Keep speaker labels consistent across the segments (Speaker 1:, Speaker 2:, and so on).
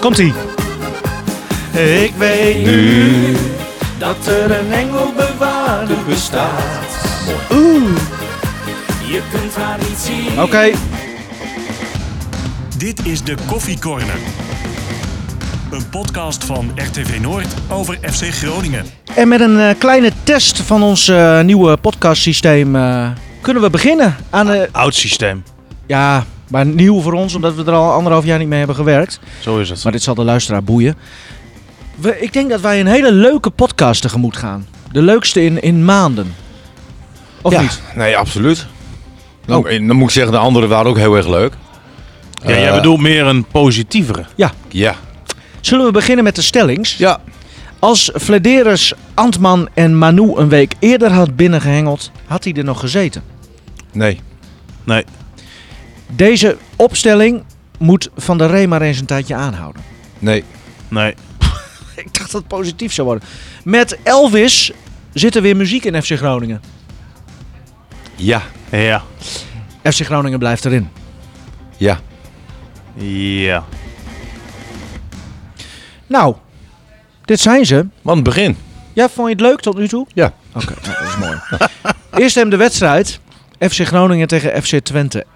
Speaker 1: Komt ie.
Speaker 2: Ik weet nu dat er een engelbewaarder bestaat.
Speaker 1: Oeh.
Speaker 2: Je kunt haar niet zien.
Speaker 1: Oké.
Speaker 3: Dit is de Koffie Corner. Een podcast van RTV Noord over FC Groningen.
Speaker 1: En met een eh, kleine test van ons eh, nieuwe podcastsysteem eh, kunnen we beginnen aan de...
Speaker 4: Oud systeem.
Speaker 1: Ja, maar nieuw voor ons, omdat we er al anderhalf jaar niet mee hebben gewerkt.
Speaker 4: Zo is het.
Speaker 1: Maar dit zal de luisteraar boeien. We, ik denk dat wij een hele leuke podcast tegemoet gaan. De leukste in, in maanden. Of
Speaker 4: ja.
Speaker 1: niet?
Speaker 4: Nee, absoluut.
Speaker 1: Oh.
Speaker 4: Nou, en dan moet ik zeggen, de anderen waren ook heel erg leuk.
Speaker 5: Ja, jij bedoelt meer een positievere.
Speaker 4: Ja.
Speaker 1: Zullen we beginnen met de stellings?
Speaker 4: Ja.
Speaker 1: Als Flederis, Antman en Manu een week eerder had binnengehengeld, had hij er nog gezeten.
Speaker 4: Nee.
Speaker 1: Deze opstelling moet Van der Ree maar eens een tijdje aanhouden.
Speaker 4: Nee.
Speaker 5: Nee.
Speaker 1: Ik dacht dat het positief zou worden. Met Elvis zit er weer muziek in FC Groningen.
Speaker 4: Ja.
Speaker 5: Ja.
Speaker 1: FC Groningen blijft erin.
Speaker 4: Ja.
Speaker 5: Ja.
Speaker 1: Nou, dit zijn ze.
Speaker 4: Want het begin.
Speaker 1: Ja, vond je het leuk tot nu toe?
Speaker 4: Ja.
Speaker 1: Oké, nou, dat is mooi. Eerst hem de wedstrijd. FC Groningen tegen FC Twente 1-1.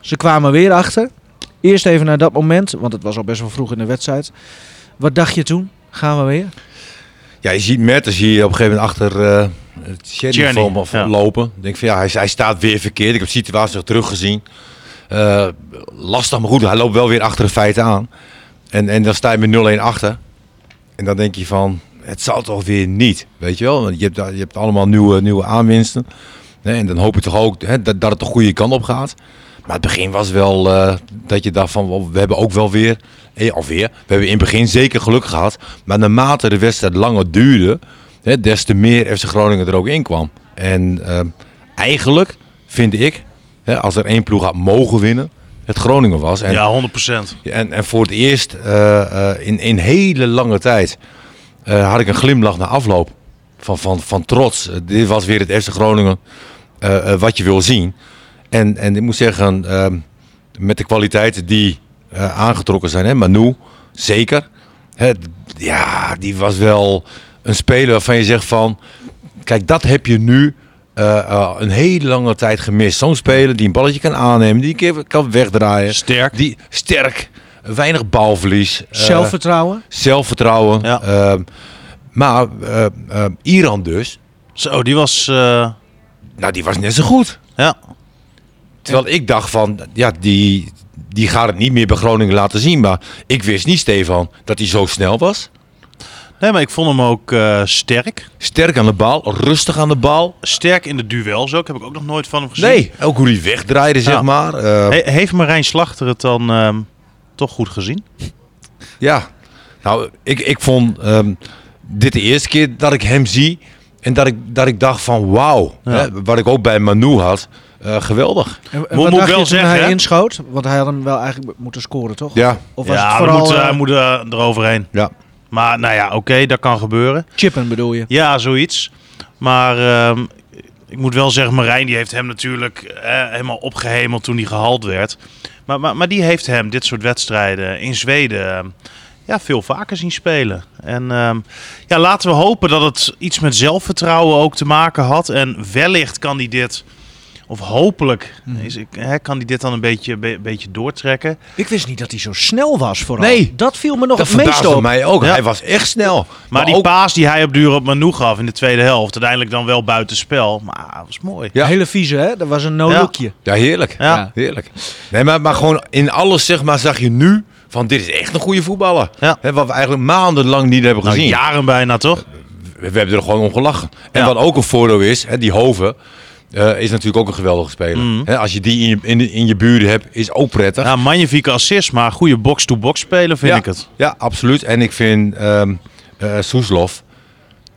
Speaker 1: Ze kwamen weer achter. Eerst even naar dat moment, want het was al best wel vroeg in de wedstrijd. Wat dacht je toen? Gaan we weer?
Speaker 4: Ja, je ziet Mertens hier op een gegeven moment achter eh het Tjerny
Speaker 5: Tjerny,
Speaker 4: van me
Speaker 5: ja.
Speaker 4: lopen. Ik denk van ja, hij, hij staat weer verkeerd. Ik heb de situatie teruggezien. Eh lastig, maar goed. Hij loopt wel weer achter de feiten aan. En, en dan sta je met 0-1 achter. En dan denk je van, het zal toch weer niet. Weet je wel? Want je hebt, daar- je hebt allemaal nieuwe, nieuwe aanwinsten. Nee, en dan hoop je toch ook hè, dat, dat het de goede kant op gaat. Maar het begin was wel eh, dat je dacht van, wel, we hebben ook wel weer, eh, alweer, we hebben in het begin zeker geluk gehad. Maar naarmate de wedstrijd langer duurde, hè, des te meer FC Groningen er ook in kwam. En eh, eigenlijk vind ik, hè, als er één ploeg had mogen winnen, het Groningen was. En,
Speaker 5: Ja, 100%.
Speaker 4: en, en voor het eerst eh, eh, in, in hele lange tijd eh, had ik een glimlach na afloop van, van, van trots. Eh, dit was weer het FC Groningen eh, eh, wat je wil zien. En, en ik moet zeggen, ehm, met de kwaliteiten die eh, aangetrokken zijn, hè, Manu zeker. Hè, d- ja, die was wel een speler waarvan je zegt van, kijk dat heb je nu eh, eh, een hele lange tijd gemist. Zo'n speler die een balletje kan aannemen, die een keer kan wegdraaien.
Speaker 5: Sterk.
Speaker 4: Die sterk, weinig balverlies. eh,
Speaker 1: Zelfvertrouwen?
Speaker 4: zelfvertrouwen.
Speaker 5: Ja.
Speaker 4: ehm, maar eh, ehm, Iran dus,
Speaker 5: Zo, die was... eh,
Speaker 4: nou die was net zo goed.
Speaker 5: ja.
Speaker 4: Terwijl ik dacht van, ja die, die gaat het niet meer bij Groningen laten zien. Maar ik wist niet, Stefan, dat hij zo snel was.
Speaker 5: Nee, maar ik vond hem ook eh, sterk.
Speaker 4: Sterk aan de bal, rustig aan de bal.
Speaker 5: Sterk in de duels ook. Heb ik ook nog nooit van hem gezien.
Speaker 4: Nee, ook hoe hij wegdraaide, zeg
Speaker 5: Ja.
Speaker 4: maar. eh,
Speaker 5: He- heeft Marijn Slachter het dan ehm, toch goed gezien?
Speaker 4: Ja, nou, ik, ik vond ehm, dit de eerste keer dat ik hem zie. En dat ik, dat ik dacht van wauw,
Speaker 5: Ja.
Speaker 4: hè, wat ik ook bij Manu had, eh, geweldig.
Speaker 1: En, en
Speaker 5: Moet-
Speaker 1: wat
Speaker 5: moet
Speaker 1: dacht
Speaker 5: wel
Speaker 1: je toen
Speaker 5: zeggen,
Speaker 1: hij
Speaker 5: hè?
Speaker 1: inschoot? Want hij had hem wel eigenlijk moeten scoren, toch?
Speaker 4: Ja,
Speaker 1: Of was
Speaker 5: ja,
Speaker 1: het
Speaker 5: hij
Speaker 1: vooral
Speaker 5: moet,
Speaker 1: eh,
Speaker 5: hij moet eh, eroverheen.
Speaker 4: ja.
Speaker 5: Maar nou ja, oké, dat kan gebeuren.
Speaker 1: chippen bedoel je?
Speaker 5: Ja, zoiets. Maar ehm, ik moet wel zeggen, Marijn die heeft hem natuurlijk eh, helemaal opgehemeld toen hij gehaald werd. Maar, maar, maar die heeft hem dit soort wedstrijden in Zweden ehm, ja, veel vaker zien spelen. En ehm, ja, laten we hopen dat het iets met zelfvertrouwen ook te maken had. En wellicht kan hij dit, of hopelijk is, ik- hè, kan hij dit dan een beetje, be- beetje doortrekken.
Speaker 1: Ik wist niet dat hij zo snel was vooral.
Speaker 4: Nee.
Speaker 1: Dat viel me nog
Speaker 4: Dat
Speaker 1: het meest
Speaker 4: verbaasde
Speaker 1: op.
Speaker 4: mij ook.
Speaker 5: Ja.
Speaker 4: Hij was echt snel. Maar,
Speaker 5: Maar, die
Speaker 4: ook,
Speaker 5: paas die hij op duur op Manu gaf in de tweede helft, uiteindelijk dan wel buitenspel. Maar dat was mooi.
Speaker 4: Ja.
Speaker 1: Hele vieze, hè? Dat was een
Speaker 5: Ja.
Speaker 1: no-lookje.
Speaker 4: Ja, heerlijk.
Speaker 5: Ja.
Speaker 1: Ja.
Speaker 4: heerlijk. Nee, maar, maar gewoon in alles zeg maar, zag je nu van dit is echt een goede voetballer.
Speaker 5: Ja.
Speaker 4: Hè, wat we eigenlijk maandenlang niet hebben
Speaker 5: Nou,
Speaker 4: gezien.
Speaker 5: jaren bijna toch?
Speaker 4: we, we hebben er gewoon om gelachen. En
Speaker 5: Ja.
Speaker 4: wat ook een voordeel is, hè, die Hoven eh, is natuurlijk ook een geweldige speler. Hè, als je die in je, in, in je buren hebt, is ook prettig.
Speaker 5: Mhm. Ja, magnifieke assist, maar goede box-to-box spelen vind ik het.
Speaker 4: Ja, absoluut. En ik vind ehm eh, Soeslof,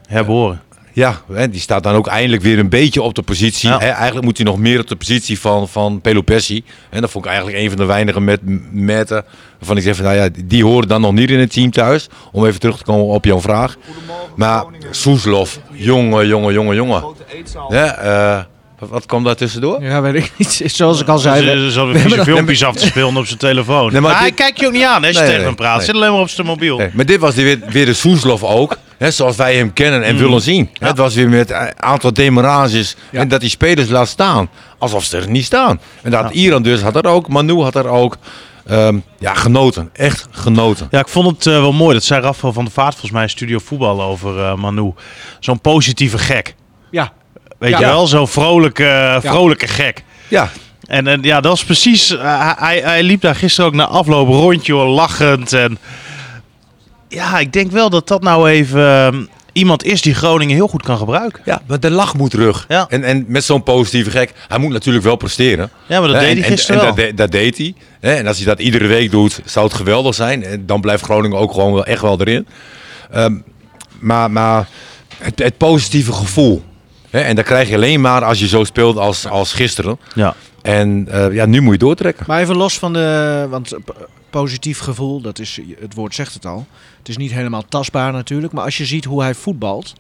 Speaker 5: Herboren.
Speaker 4: ja, hè, die staat dan ook eindelijk weer een beetje op de positie.
Speaker 5: Ja.
Speaker 4: Hè, eigenlijk moet hij nog meer op de positie van, van Pelopessi. En dat vond ik eigenlijk een van de weinigen met Mette. Waarvan ik zeg van, nou ja, die horen dan nog niet in het team thuis. Om even terug te komen op jouw vraag. Maar Soeslof, jongen, jongen, jongen, jongen. Ja, eh, Wat, wat kwam daar tussendoor?
Speaker 1: Ja, weet ik niet. Zoals ik al
Speaker 5: Ze
Speaker 1: zei. we-
Speaker 5: ze zat
Speaker 1: hebben
Speaker 5: weer vieze
Speaker 1: nog-
Speaker 5: filmpjes af te spelen op zijn telefoon.
Speaker 4: Nee, maar
Speaker 5: maar hij
Speaker 4: dit-
Speaker 5: kijkt je ook niet aan hè, als je
Speaker 4: Nee,
Speaker 5: tegen
Speaker 4: nee,
Speaker 5: hem praat.
Speaker 4: nee.
Speaker 5: Zit alleen maar op zijn mobiel.
Speaker 4: Nee, maar dit was weer, weer de Soeslof ook. Hè, zoals wij hem kennen en willen zien. Het was weer met een aantal demarages. En dat die spelers laat staan. Alsof ze er niet staan. En dat Iran dus had er ook. Manu had er ook. ehm, ja, genoten. Echt genoten.
Speaker 5: Ja, ik vond het eh, wel mooi. Dat zei Rafael van der Vaart volgens mij in Studio Voetbal over eh, Manu. Zo'n positieve gek.
Speaker 1: Ja.
Speaker 5: Weet
Speaker 1: Ja.
Speaker 5: je wel? Zo'n vrolijke, vrolijke gek.
Speaker 4: Ja,
Speaker 5: En, en ja, dat is precies... eh, hij, hij liep daar gisteren ook na afloop rond, joh, lachend. En ja, ik denk wel dat dat nou even eh, iemand is die Groningen heel goed kan gebruiken.
Speaker 4: ja maar de lach moet terug.
Speaker 5: Ja.
Speaker 4: En, en met zo'n positieve gek. Hij moet natuurlijk wel presteren.
Speaker 5: Ja, maar dat
Speaker 4: Hè,
Speaker 5: deed
Speaker 4: en-
Speaker 5: hij gisteren
Speaker 4: en,
Speaker 5: wel.
Speaker 4: en dat, de- dat deed hij. Hè, En als hij dat iedere week doet, zou het geweldig zijn. En dan blijft Groningen ook gewoon wel echt wel erin. Ehm, maar maar het, het positieve gevoel. Hè, En dat krijg je alleen maar als je zo speelt als, als gisteren.
Speaker 5: Ja.
Speaker 4: En eh, ja, nu moet je doortrekken.
Speaker 1: Maar even los van de. Want eh, p- positief gevoel, dat is, het woord zegt het al. Het is niet helemaal tastbaar natuurlijk. Maar als je ziet hoe hij voetbalt.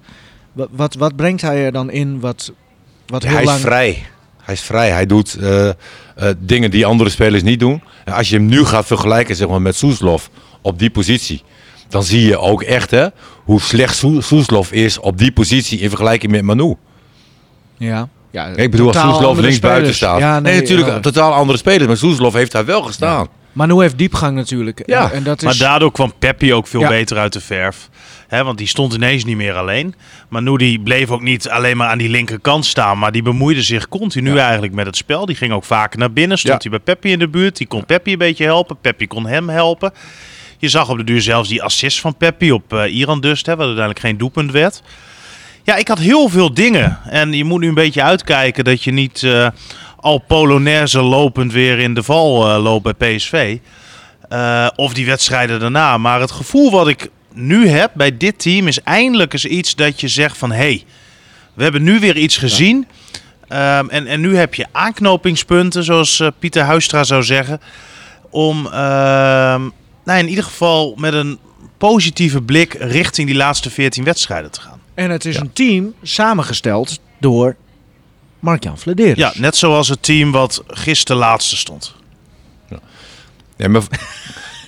Speaker 1: wa- Wat, wat brengt hij er dan in wat, wat heel
Speaker 4: hij
Speaker 1: lang...
Speaker 4: is vrij. Hij is vrij. Hij doet eh, eh, dingen die andere spelers niet doen. En als je hem nu gaat vergelijken zeg maar, met Soeslof op die positie. Dan zie je ook echt hè, hoe slecht Soe- Soeslof is op die positie in vergelijking met Manu.
Speaker 1: Ja. ja
Speaker 4: Ik bedoel, als
Speaker 1: totaal
Speaker 4: Soeslof
Speaker 1: andere
Speaker 4: links buiten
Speaker 1: spelers.
Speaker 4: staat.
Speaker 1: Ja,
Speaker 4: nee, natuurlijk,
Speaker 1: ja.
Speaker 4: totaal andere spelers. Maar Soeslof heeft daar wel gestaan.
Speaker 1: Maar nu heeft diepgang natuurlijk.
Speaker 4: Ja.
Speaker 1: En, en dat is...
Speaker 5: Maar daardoor kwam Peppi ook veel
Speaker 1: Ja.
Speaker 5: beter uit de verf. hè? want die stond ineens niet meer alleen. Maar Noody bleef ook niet alleen maar aan die linkerkant staan. Maar die bemoeide zich continu eigenlijk met het spel. Die ging ook vaker naar binnen. Stond
Speaker 4: Ja.
Speaker 5: hij bij Peppi in de buurt. Die kon Peppi een beetje helpen. Peppi kon hem helpen. Je zag op de duur zelfs die assist van Peppi op eh, Iran dus. Hè, wat uiteindelijk geen doelpunt werd. Ja, ik had heel veel dingen. En je moet nu een beetje uitkijken dat je niet eh, al Polonaise lopend weer in de val eh, loopt bij PSV. Eh, of die wedstrijden daarna. Maar het gevoel wat ik nu heb bij dit team is eindelijk eens iets dat je zegt van... hé, hey, we hebben nu weer iets gezien. Ehm, en, en nu heb je aanknopingspunten, zoals eh, Pieter Huistra zou zeggen... om ehm, nou, in ieder geval met een positieve blik richting die laatste 14 wedstrijden te gaan.
Speaker 1: en het is een team samengesteld door Mark-Jan Flederis.
Speaker 5: Ja, net zoals het team wat gisteren laatste stond.
Speaker 4: Ja, maar,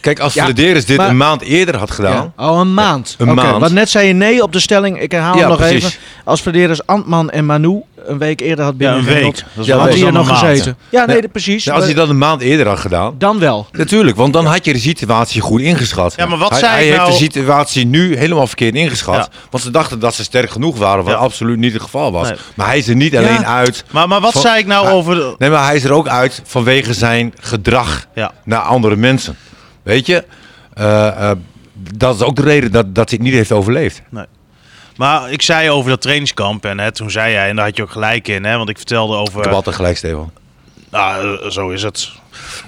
Speaker 4: kijk, als
Speaker 1: Ja,
Speaker 4: Flederis dit
Speaker 1: maar-
Speaker 4: een maand eerder had
Speaker 1: Ja.
Speaker 4: gedaan.
Speaker 1: Oh, een maand.
Speaker 4: een
Speaker 1: Oké,
Speaker 4: maand.
Speaker 1: Want net zei je nee op de stelling. Ik herhaal
Speaker 4: Ja,
Speaker 1: hem nog
Speaker 4: precies.
Speaker 1: even. Als Flederis Antman en Manu een week eerder had
Speaker 5: Ja, een week.
Speaker 1: binnengehengeld,
Speaker 5: Dat is
Speaker 4: Ja,
Speaker 5: wel
Speaker 1: had
Speaker 5: anders
Speaker 4: week.
Speaker 1: hij er
Speaker 5: dan
Speaker 1: nog
Speaker 5: een maand.
Speaker 1: gezeten. Ja, nee,
Speaker 4: Ja.
Speaker 1: dat- precies.
Speaker 4: nou, als hij dat een maand eerder had gedaan.
Speaker 1: Dan wel.
Speaker 4: Natuurlijk, want dan had je de situatie goed ingeschat.
Speaker 5: Ja, maar wat
Speaker 4: hij,
Speaker 5: zei
Speaker 4: hij
Speaker 5: ik
Speaker 4: heeft
Speaker 5: nou-
Speaker 4: de situatie nu helemaal verkeerd ingeschat.
Speaker 5: Ja.
Speaker 4: Want ze dachten dat ze sterk genoeg waren, wat
Speaker 5: Ja.
Speaker 4: absoluut niet het geval was.
Speaker 5: Nee.
Speaker 4: Maar hij is er niet alleen uit.
Speaker 5: Maar, maar wat
Speaker 4: Van- Ah.
Speaker 5: zei ik nou
Speaker 4: Ja.
Speaker 5: over... de-
Speaker 4: Nee, maar hij is er ook uit vanwege zijn gedrag
Speaker 5: Ja.
Speaker 4: naar andere mensen. Weet je, Eh, eh, dat is ook de reden dat, dat hij het niet heeft overleefd.
Speaker 5: Maar ik zei over dat trainingskamp en hè, toen zei jij, en daar had je ook gelijk in, hè, want ik vertelde
Speaker 4: Ik
Speaker 5: over...
Speaker 4: heb altijd gelijk, Stefan.
Speaker 5: Nou, eh, zo is het.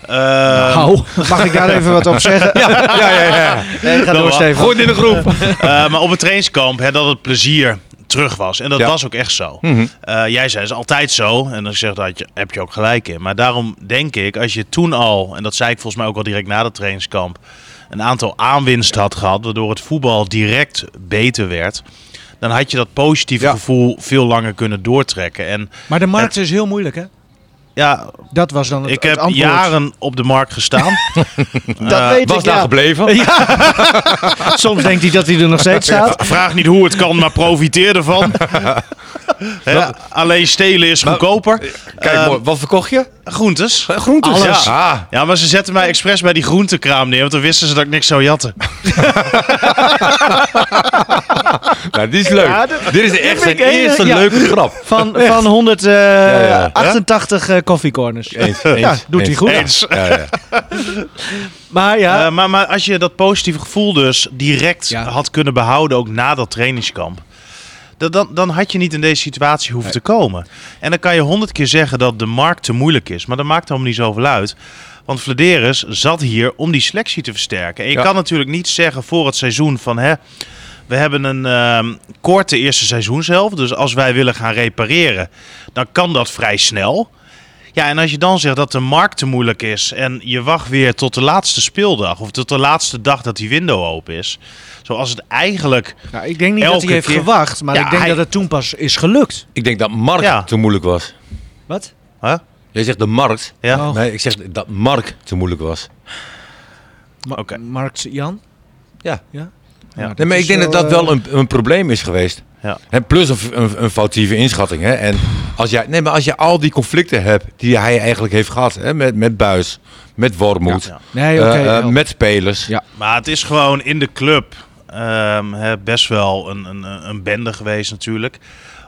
Speaker 5: Eh,
Speaker 1: Hou. Mag ik daar even wat op zeggen? Ja,
Speaker 4: ja, ja, ja.
Speaker 1: nee, ga
Speaker 5: Nou,
Speaker 1: door,
Speaker 5: ah,
Speaker 1: Steven.
Speaker 4: Goed in de groep.
Speaker 5: eh, maar op het trainingskamp, hè, dat het plezier terug was. En dat
Speaker 4: Ja.
Speaker 5: was ook echt zo.
Speaker 1: Mhm.
Speaker 5: Eh, jij zei, het is altijd zo. En dan zeg daar had je- heb je ook gelijk in. Maar daarom denk ik, als je toen al, en dat zei ik volgens mij ook al direct na dat trainingskamp, een aantal aanwinsten had gehad, waardoor het voetbal direct beter werd, dan had je dat positieve
Speaker 4: Ja.
Speaker 5: gevoel veel langer kunnen doortrekken. En
Speaker 1: Maar de markt is heel moeilijk, hè?
Speaker 5: ja,
Speaker 1: Dat was dan het,
Speaker 5: ik
Speaker 1: het
Speaker 5: heb
Speaker 1: antwoord.
Speaker 5: jaren op de markt gestaan.
Speaker 1: Dat weet
Speaker 4: Was
Speaker 1: ik,
Speaker 4: daar
Speaker 1: ja.
Speaker 4: gebleven.
Speaker 1: Soms denkt hij dat hij er nog steeds staat.
Speaker 5: Vraag niet hoe het kan, maar profiteer ervan. Hè, alleen stelen is goedkoper.
Speaker 4: Kijk,
Speaker 5: Ehm,
Speaker 4: mooi. wat verkocht je?
Speaker 5: Groentes.
Speaker 4: Groenten.
Speaker 5: Alles.
Speaker 4: Ja. Ah,
Speaker 5: Ja, maar ze zetten mij expres bij die groentekraam neer, want dan wisten ze dat ik niks zou jatten.
Speaker 4: nou, dit is leuk.
Speaker 1: Ja, dat-
Speaker 4: dit is echt zijn
Speaker 1: vind ik een,
Speaker 4: eerste
Speaker 1: ja.
Speaker 4: leuke grap.
Speaker 1: Van, van
Speaker 4: ja.
Speaker 1: 188 eh koffiecorners.
Speaker 4: Eens,
Speaker 1: Ja,
Speaker 4: eens,
Speaker 1: doet
Speaker 4: eens.
Speaker 1: hij goed.
Speaker 5: Eens.
Speaker 4: Ja, ja.
Speaker 1: Maar ja,
Speaker 4: Ehm,
Speaker 5: Eh, maar, maar als je dat positieve gevoel dus direct
Speaker 1: Ja.
Speaker 5: had kunnen behouden, ook na dat trainingskamp. dat- Dan, dan had je niet in deze situatie hoeven te komen. En dan kan je honderd keer zeggen dat de markt te moeilijk is. Maar dat maakt helemaal niet zoveel uit. Want Vladeris zat hier om die selectie te versterken. En je
Speaker 4: Ja.
Speaker 5: kan natuurlijk niet zeggen voor het seizoen van... Hè, we hebben een ehm, korte eerste seizoen zelf. Dus als wij willen gaan repareren, dan kan dat vrij snel. Ja, en als je dan zegt dat de markt te moeilijk is en je wacht weer tot de laatste speeldag of tot de laatste dag dat die window open is, zoals het eigenlijk.
Speaker 1: nou, ik denk niet dat
Speaker 5: elke
Speaker 1: hij heeft
Speaker 5: keer-
Speaker 1: gewacht. Maar
Speaker 5: Ja,
Speaker 1: ik denk
Speaker 5: hij-
Speaker 1: dat het toen pas is gelukt.
Speaker 4: Ik denk dat Mark
Speaker 5: Ja.
Speaker 4: te moeilijk was.
Speaker 1: Wat?
Speaker 5: Huh?
Speaker 4: Jij zegt de markt.
Speaker 5: Ja?
Speaker 1: Oh.
Speaker 4: Nee, ik zeg dat Mark te moeilijk was.
Speaker 1: Ma-
Speaker 5: Oké.
Speaker 1: Marx Jan?
Speaker 4: Ja.
Speaker 1: ja?
Speaker 5: Ja.
Speaker 4: Nee, maar
Speaker 1: is
Speaker 4: ik denk dat
Speaker 1: wel,
Speaker 4: dat
Speaker 1: eh,
Speaker 4: wel een, een probleem is geweest.
Speaker 5: Ja.
Speaker 4: En plus een, f- een, een foutieve inschatting. Hè? En als jij, nee, maar als je al die conflicten hebt die hij eigenlijk heeft gehad. Hè? Met, met Buis, met Wormoed,
Speaker 5: Ja.
Speaker 1: Nee,
Speaker 4: eh,
Speaker 1: oké.
Speaker 4: eh,
Speaker 1: help.
Speaker 4: met spelers.
Speaker 1: Ja.
Speaker 5: Maar het is gewoon in de club ehm, hè, best wel een, een, een bende geweest natuurlijk.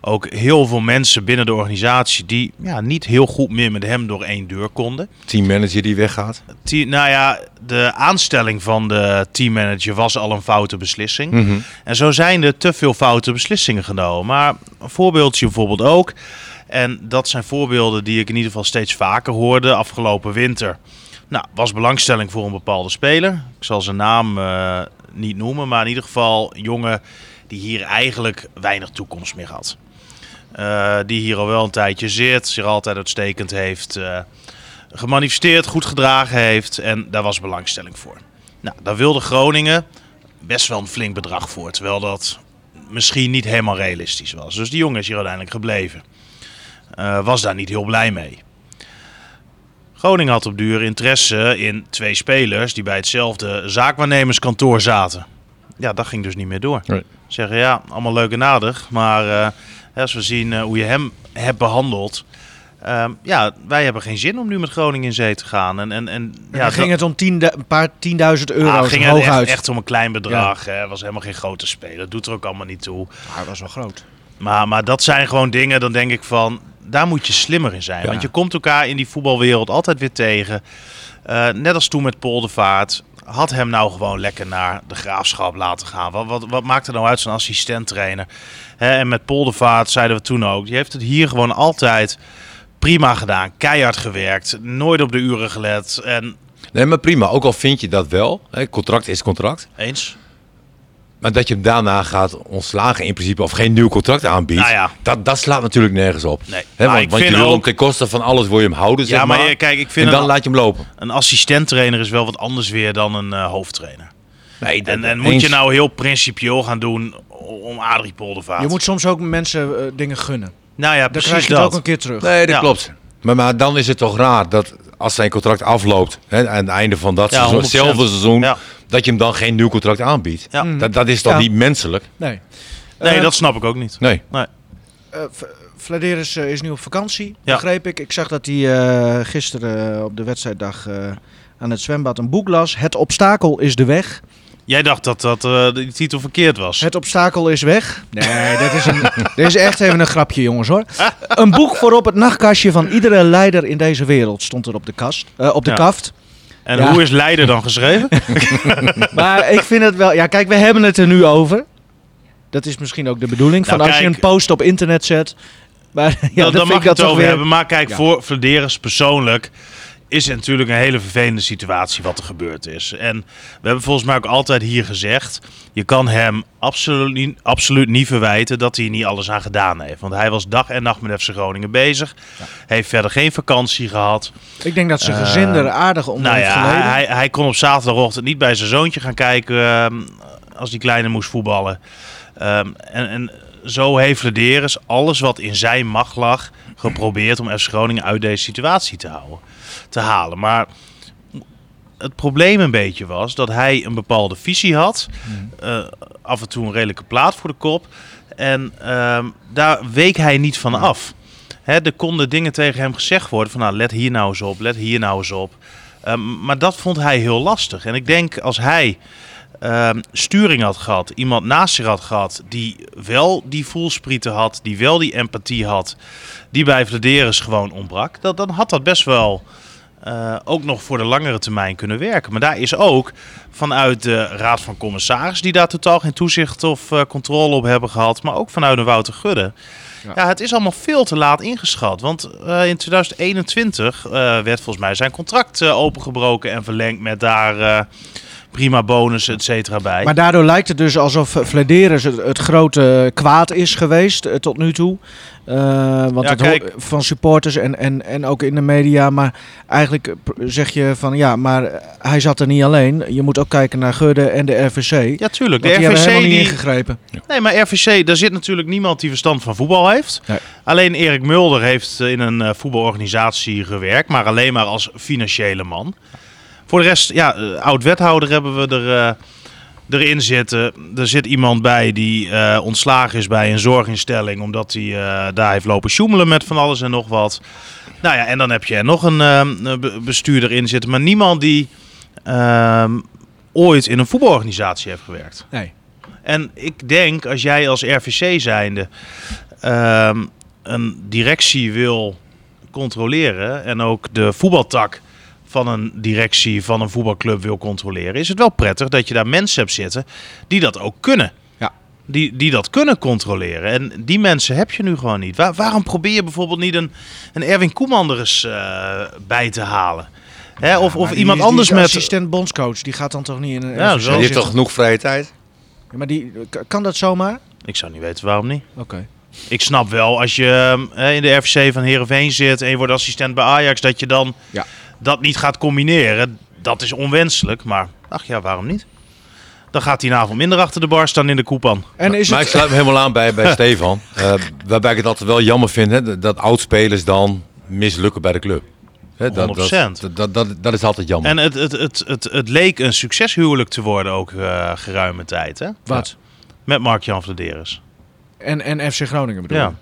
Speaker 5: Ook heel veel mensen binnen de organisatie die ja, niet heel goed meer met hem door één deur konden.
Speaker 4: Teammanager die weggaat.
Speaker 5: Te- nou ja, de aanstelling van de teammanager was al een foute beslissing.
Speaker 4: Mhm.
Speaker 5: En zo zijn er te veel foute beslissingen genomen. Maar een voorbeeldje bijvoorbeeld ook. En dat zijn voorbeelden die ik in ieder geval steeds vaker hoorde afgelopen winter. Nou, was belangstelling voor een bepaalde speler. Ik zal zijn naam eh, niet noemen, maar in ieder geval een jongen die hier eigenlijk weinig toekomst meer had. Eh, die hier al wel een tijdje zit, zich altijd uitstekend heeft eh, gemanifesteerd, goed gedragen heeft. En daar was belangstelling voor. Nou, daar wilde Groningen best wel een flink bedrag voor. Terwijl dat misschien niet helemaal realistisch was. Dus die jongen is hier uiteindelijk gebleven. Eh, was daar niet heel blij mee. Groningen had op duur interesse in twee spelers die bij hetzelfde zaakwaarnemerskantoor zaten. Ja, dat ging dus niet meer door.
Speaker 4: Nee.
Speaker 5: Zeggen ja, allemaal leuk en aardig, maar eh, hè, als we zien eh, hoe je hem hebt behandeld. ehm, ja, wij hebben geen zin om nu met Groningen in zee te gaan. En, en, en,
Speaker 1: En
Speaker 5: ja,
Speaker 1: dan
Speaker 5: dat-
Speaker 1: ging het om tiende- een paar 10.000
Speaker 5: Ah,
Speaker 1: euro
Speaker 5: ging het echt,
Speaker 1: hooguit.
Speaker 5: echt om een klein bedrag. Hè? Was helemaal geen grote speler. Doet er ook allemaal niet toe.
Speaker 1: Hij was wel groot.
Speaker 5: Maar, maar dat zijn gewoon dingen, dan denk ik van... Daar moet je slimmer in zijn.
Speaker 4: Ja.
Speaker 5: Want je komt elkaar in die voetbalwereld altijd weer tegen. Eh, net als toen met Paul de Vaart. Had hem nou gewoon lekker naar de graafschap laten gaan. Wat, wat, wat maakt er nou uit, zo'n assistent-trainer? Hè, en met Paul de Vaart zeiden we toen ook... Die heeft het hier gewoon altijd prima gedaan. Keihard gewerkt. Nooit op de uren gelet. En
Speaker 4: Nee, maar prima. Ook al vind je dat wel. Hè? Contract is contract.
Speaker 5: eens...
Speaker 4: Maar dat je hem daarna gaat ontslagen in principe of geen nieuw contract aanbiedt,
Speaker 5: Nou ja.
Speaker 4: dat, dat slaat natuurlijk nergens op.
Speaker 5: Nee.
Speaker 4: Hè,
Speaker 5: Maar
Speaker 4: want
Speaker 5: ik
Speaker 4: want je
Speaker 5: vind
Speaker 4: wil hem
Speaker 5: ook-
Speaker 4: ten koste van alles wil je hem houden, zeg
Speaker 5: Ja, maar
Speaker 4: maar.
Speaker 5: je- kijk, ik vind
Speaker 4: en dan
Speaker 5: een-
Speaker 4: laat je hem lopen.
Speaker 5: een assistenttrainer is wel wat anders weer dan een eh, hoofdtrainer.
Speaker 4: Nee,
Speaker 5: En, en moet je nou heel principieel gaan doen om Adrie Poldervaart?
Speaker 1: Je moet soms ook mensen eh, dingen gunnen.
Speaker 5: nou ja,
Speaker 1: Dan
Speaker 5: precies
Speaker 1: krijg je het
Speaker 5: dat.
Speaker 1: ook een keer terug.
Speaker 4: Nee, dat
Speaker 5: Ja.
Speaker 4: klopt. Maar, maar dan is het toch raar dat als zijn contract afloopt, hè, aan het einde van dat
Speaker 5: Ja,
Speaker 4: seizoen,
Speaker 5: 100%.
Speaker 4: hetzelfde seizoen,
Speaker 5: Ja.
Speaker 4: dat je hem dan geen nieuw contract aanbiedt.
Speaker 5: Ja.
Speaker 4: Dat, dat is toch
Speaker 1: Ja.
Speaker 4: niet menselijk?
Speaker 1: Nee.
Speaker 5: Nee,
Speaker 1: Eh,
Speaker 5: dat snap ik ook niet.
Speaker 4: Nee.
Speaker 5: Nee.
Speaker 1: eh, V- Vladeris eh, is nu op vakantie,
Speaker 5: Ja.
Speaker 1: begreep ik. Ik zag dat hij eh, gisteren eh, op de wedstrijddag eh, aan het zwembad een boek las. Het obstakel is de weg.
Speaker 5: Jij dacht dat, dat eh, die titel verkeerd was.
Speaker 1: Het obstakel is weg. Nee, dat is, een, dit is echt even een grapje, jongens hoor. Een boek voor op het nachtkastje van iedere leider in deze wereld stond er op de, kast, eh, op de
Speaker 5: Ja.
Speaker 1: kaft.
Speaker 5: En
Speaker 1: Ja.
Speaker 5: hoe is Leider dan geschreven?
Speaker 1: Maar ik vind het wel. Ja, kijk, we hebben het er nu over. Dat is misschien ook de bedoeling.
Speaker 5: Nou,
Speaker 1: van als je
Speaker 5: kijk. Nou,
Speaker 1: een post op internet zet. Maar ja,
Speaker 5: dan
Speaker 1: dat
Speaker 5: dan
Speaker 1: vind
Speaker 5: mag
Speaker 1: ik
Speaker 5: je
Speaker 1: dat
Speaker 5: het
Speaker 1: toch
Speaker 5: over
Speaker 1: weer.
Speaker 5: hebben. Maar kijk,
Speaker 1: Ja.
Speaker 5: voor Vladeris persoonlijk is het natuurlijk een hele vervelende situatie wat er gebeurd is. En we hebben volgens mij ook altijd hier gezegd... je kan hem absoluut niet, absoluut niet verwijten dat hij niet alles aan gedaan heeft. Want hij was dag en nacht met FC Groningen bezig. Heeft verder geen vakantie gehad.
Speaker 1: Ik denk dat zijn
Speaker 5: Eh,
Speaker 1: gezin er aardig onder
Speaker 5: nou
Speaker 1: heeft
Speaker 5: ja,
Speaker 1: geleden.
Speaker 5: hij, hij kon op zaterdagochtend niet bij zijn zoontje gaan kijken... ehm, als die kleine moest voetballen. Ehm, en, en zo heeft Lederis alles wat in zijn macht lag geprobeerd om FC Groningen uit deze situatie te, houden, te halen. Maar het probleem een beetje was dat hij een bepaalde visie had. eh, af en toe een redelijke plaat voor de kop. En ehm, daar week hij niet van af. Hè, er konden dingen tegen hem gezegd worden van nou, let hier nou eens op, let hier nou eens op. Ehm, maar dat vond hij heel lastig. En ik denk als hij ehm, sturing had gehad, iemand naast zich had gehad, die wel die voelsprieten had, die wel die empathie had, die bij Vladeris gewoon ontbrak, dat, dan had dat best wel eh, ook nog voor de langere termijn kunnen werken. Maar daar is ook vanuit de Raad van Commissaris, die daar totaal geen toezicht of eh, controle op hebben gehad, maar ook vanuit de Wouter Gudde. Ja. het is allemaal veel te laat ingeschat. Want eh, in 2021 eh, werd volgens mij zijn contract eh, opengebroken en verlengd met daar eh, prima bonussen, et cetera, bij.
Speaker 1: Maar daardoor lijkt het dus alsof Vladeris het, het grote kwaad is geweest eh, tot nu toe. Eh, want
Speaker 5: Ja,
Speaker 1: het hoort
Speaker 5: kijk.
Speaker 1: van supporters en, en, en ook in de media. Maar eigenlijk eh, pr- zeg je van ja, maar hij zat er niet alleen. Je moet ook kijken naar Gudde en de RVC. Want
Speaker 5: Ja, tuurlijk.
Speaker 1: die
Speaker 5: De
Speaker 1: hebben
Speaker 5: RVC
Speaker 1: helemaal niet
Speaker 5: die,
Speaker 1: ingegrepen.
Speaker 5: Nee, maar RVC, daar zit natuurlijk niemand die verstand van voetbal heeft.
Speaker 1: Nee.
Speaker 5: Alleen Erik Mulder heeft eh, in een eh, voetbalorganisatie gewerkt, maar alleen maar als financiële man. Voor de rest, ja, eh, oud-wethouder hebben we er, eh, erin zitten. Er zit iemand bij die eh, ontslagen is bij een zorginstelling, omdat hij eh, daar heeft lopen sjoemelen met van alles en nog wat. Nou ja, en dan heb je er nog een eh, be- bestuurder in zitten, maar niemand die ehm, ooit in een voetbalorganisatie heeft gewerkt.
Speaker 1: Nee.
Speaker 5: En ik denk, als jij als RVC zijnde ehm, een directie wil controleren en ook de voetbaltak van een directie van een voetbalclub wil controleren, is het wel prettig dat je daar mensen hebt zitten die dat ook kunnen.
Speaker 1: Ja.
Speaker 5: Die, die dat kunnen controleren. En die mensen heb je nu gewoon niet. Waar- waarom probeer je bijvoorbeeld niet een, een Erwin Koeman er eens eh, bij te halen? Hè, of of
Speaker 1: Maar die
Speaker 5: iemand
Speaker 1: is- die
Speaker 5: anders
Speaker 1: is
Speaker 5: met...
Speaker 1: assistent bondscoach, die gaat dan toch niet in een
Speaker 5: Ja,
Speaker 1: RVC
Speaker 5: zo.
Speaker 4: Die heeft
Speaker 1: zitten?
Speaker 4: toch genoeg vrije tijd?
Speaker 1: Ja, maar die, kan dat zomaar?
Speaker 5: Ik zou niet weten waarom niet.
Speaker 1: Oké.
Speaker 5: Ik snap wel, als je eh, in de RVC van Heerenveen zit en je wordt assistent bij Ajax, dat je dan
Speaker 1: Ja.
Speaker 5: dat niet gaat combineren. Dat is onwenselijk, maar ach ja, waarom niet? Dan gaat hij een avond minder achter de bar staan in de koepan.
Speaker 1: En is
Speaker 4: maar
Speaker 1: het...
Speaker 4: ik sluit me helemaal aan bij, bij Stefan. Eh, waarbij ik het altijd wel jammer vind hè, dat- dat oudspelers dan mislukken bij de club. Hè, dat,
Speaker 5: 100%.
Speaker 4: Dat, dat, dat, dat is altijd jammer.
Speaker 5: En het, het, het, het, het leek een succeshuwelijk te worden ook eh, geruime tijd, hè?
Speaker 1: Wat?
Speaker 5: Met Mark-Jan Vladeris.
Speaker 1: En, en FC Groningen bedoel
Speaker 5: Ja.
Speaker 1: je?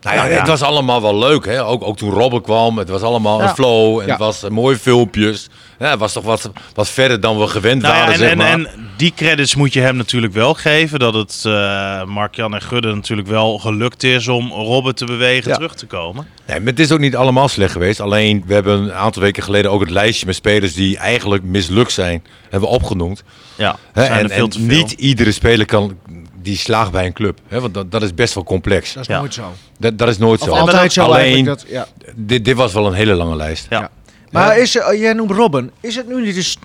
Speaker 4: Nou ja,
Speaker 5: Ja, ja.
Speaker 4: Het was allemaal wel leuk. Hè? Ook, ook toen Robben kwam, het was allemaal
Speaker 5: Ja.
Speaker 4: een flow. En
Speaker 1: Ja.
Speaker 4: Het was eh, mooie filmpjes. Ja, het was toch wat, wat verder dan we gewend
Speaker 5: Nou ja,
Speaker 4: waren,
Speaker 5: en,
Speaker 4: zeg
Speaker 5: en,
Speaker 4: maar.
Speaker 5: en die credits moet je hem natuurlijk wel geven. Dat het eh, Mark-Jan en Gudde natuurlijk wel gelukt is om Robben te bewegen
Speaker 4: Ja.
Speaker 5: terug te komen.
Speaker 4: Nee, maar het is ook niet allemaal slecht geweest. Alleen, we hebben een aantal weken geleden ook het lijstje met spelers die eigenlijk mislukt zijn, hebben we opgenoemd.
Speaker 5: Ja,
Speaker 4: Hè,
Speaker 5: zijn
Speaker 4: en
Speaker 5: er veel
Speaker 4: en
Speaker 5: te veel.
Speaker 4: niet iedere speler kan, die slaagt bij een club. Hè? Want dat, dat is best wel complex.
Speaker 1: Dat is
Speaker 5: Ja.
Speaker 1: nooit zo.
Speaker 4: Dat, dat is nooit
Speaker 1: Of
Speaker 4: zo.
Speaker 1: altijd zo
Speaker 4: Alleen,
Speaker 1: eigenlijk. Dat, ja.
Speaker 4: dit, dit was wel een hele lange lijst.
Speaker 5: Ja.
Speaker 1: Ja. Maar is, er- jij noemt Robben. Is het nu niet eens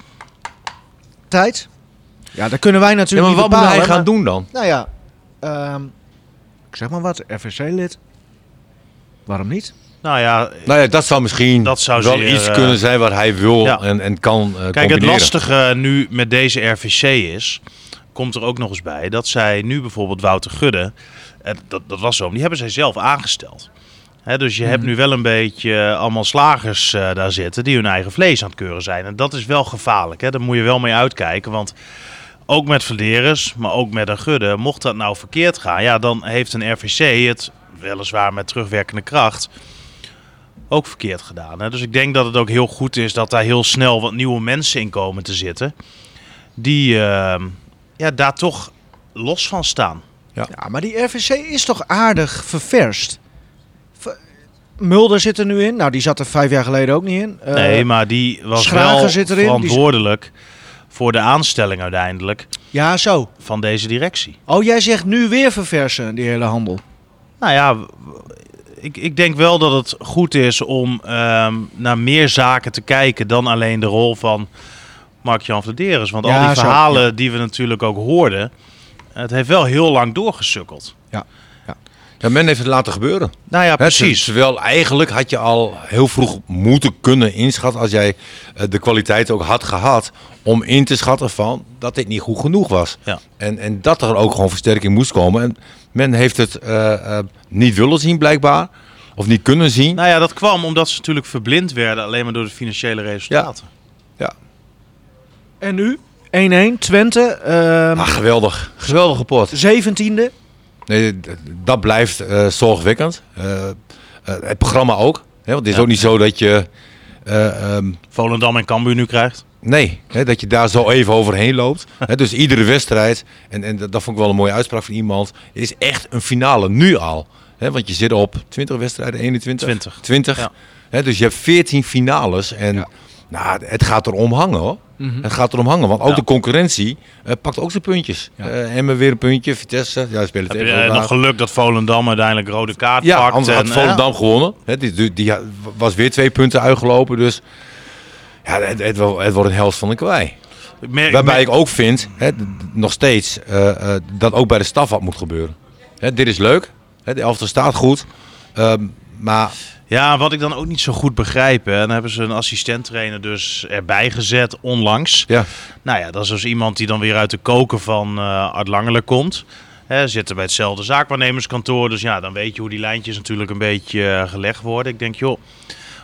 Speaker 1: tijd? Ja, dat kunnen wij
Speaker 4: Ja,
Speaker 1: natuurlijk
Speaker 4: maar
Speaker 1: niet
Speaker 4: wat moet
Speaker 1: bepalen.
Speaker 4: hij gaan
Speaker 1: maar-
Speaker 4: doen dan?
Speaker 1: Nou ja, ehm, ik zeg maar wat, FSC-lid. Waarom niet?
Speaker 5: Nou ja,
Speaker 4: Nou ja, dat zou misschien
Speaker 5: Dat zou
Speaker 4: wel
Speaker 5: zeer,
Speaker 4: iets
Speaker 5: eh,
Speaker 4: kunnen zijn wat hij wil
Speaker 5: ja.
Speaker 4: en, en kan eh Kijk,
Speaker 5: Kijk, het
Speaker 4: combineren.
Speaker 5: lastige nu met deze RVC is, komt er ook nog eens bij, dat zij nu bijvoorbeeld Wouter Gudde, en dat, dat was zo, die hebben zij zelf aangesteld. Hè, dus je hebt nu wel een beetje eh, allemaal slagers eh, daar zitten die hun eigen vlees aan het keuren zijn. En dat is wel gevaarlijk, hè? daar moet je wel mee uitkijken. Want ook met Verderens, maar ook met een Gudde, mocht dat nou verkeerd gaan, ja, dan heeft een RVC het weliswaar met terugwerkende kracht ook verkeerd gedaan. Hè? Dus ik denk dat het ook heel goed is dat daar heel snel wat nieuwe mensen in komen te zitten. Die ehm, ja, daar toch los van staan.
Speaker 1: Ja, maar die RVC is toch aardig ververst? Ver- Mulder zit er nu in. Nou, die zat er vijf jaar geleden ook niet in. Eh,
Speaker 5: nee, maar die was
Speaker 1: Schrager
Speaker 5: wel
Speaker 1: zit erin, die-
Speaker 5: verantwoordelijk voor de aanstelling uiteindelijk
Speaker 1: Ja, zo.
Speaker 5: van deze directie.
Speaker 1: Oh, jij zegt nu weer verversen, die hele handel.
Speaker 5: Nou ja, w- ik, ik denk wel dat het goed is om ehm, naar meer zaken te kijken dan alleen de rol van Mark-Jan Vladeres. Want al
Speaker 1: Ja,
Speaker 5: die
Speaker 1: zo,
Speaker 5: verhalen die we natuurlijk ook hoorden, het heeft wel heel lang doorgesukkeld.
Speaker 4: Ja, men heeft het laten gebeuren.
Speaker 5: Nou ja,
Speaker 4: Hè,
Speaker 5: precies.
Speaker 4: ter- Terwijl eigenlijk had je al heel vroeg moeten kunnen inschatten... als jij eh, de kwaliteit ook had gehad... om in te schatten van dat dit niet goed genoeg was.
Speaker 5: Ja.
Speaker 4: En, en dat er ook gewoon versterking moest komen. En men heeft het eh, eh, niet willen zien blijkbaar. Of niet kunnen zien.
Speaker 5: Nou ja, dat kwam omdat ze natuurlijk verblind werden alleen maar door de financiële resultaten.
Speaker 1: En nu? 1-1, Twente. ehm
Speaker 4: Ah, geweldig. Geweldige pot.
Speaker 1: 17e.
Speaker 4: Nee, d- dat blijft eh, zorgwekkend. Eh, eh, het programma ook. Hè, want het is ook niet zo dat je... eh, ehm,
Speaker 5: Volendam en Cambuur nu krijgt.
Speaker 4: nee, hè, dat je daar zo even overheen loopt. Hè, dus iedere wedstrijd, en, en dat, dat vond ik wel een mooie uitspraak van iemand... Het is echt een finale, nu al. Hè, want je zit op 20 wedstrijden, 21?
Speaker 5: 20.
Speaker 4: 20.
Speaker 5: Ja.
Speaker 4: Hè, dus je hebt 14 finales en... Nou, het gaat erom hangen hoor. Het gaat erom hangen, want ook
Speaker 5: Mhm. Ja.
Speaker 4: de concurrentie eh, pakt ook zijn puntjes. Eh Emmen weer een puntje, Vitesse, ja, spelen
Speaker 5: Heb
Speaker 4: tegen
Speaker 5: je eh,
Speaker 4: elkaar.
Speaker 5: nog geluk dat Volendam uiteindelijk rode kaart
Speaker 4: Ja,
Speaker 5: pakt.
Speaker 4: anders
Speaker 5: en, eh,
Speaker 4: had Volendam gewonnen. Hè, die, die, die was weer twee punten uitgelopen. Dus ja, het, het, wordt- het wordt een helft van een kwei.
Speaker 5: eh, Ik merk-
Speaker 4: Waarbij
Speaker 5: merk-
Speaker 4: ik ook vind, hè, d- d- nog steeds, eh, eh, dat ook bij de staf wat moet gebeuren. Hè, dit is leuk, hè, de elftal staat goed, ehm, maar
Speaker 5: Ja, wat ik dan ook niet zo goed begrijp. Hè, dan hebben ze een assistenttrainer dus erbij gezet onlangs.
Speaker 4: ja,
Speaker 5: Nou ja, dat is dus iemand die dan weer uit de koken van eh Art Langelen komt. Hè, zitten bij hetzelfde zaakwaarnemerskantoor. Dus ja, dan weet je hoe die lijntjes natuurlijk een beetje eh, gelegd worden. Ik denk, joh,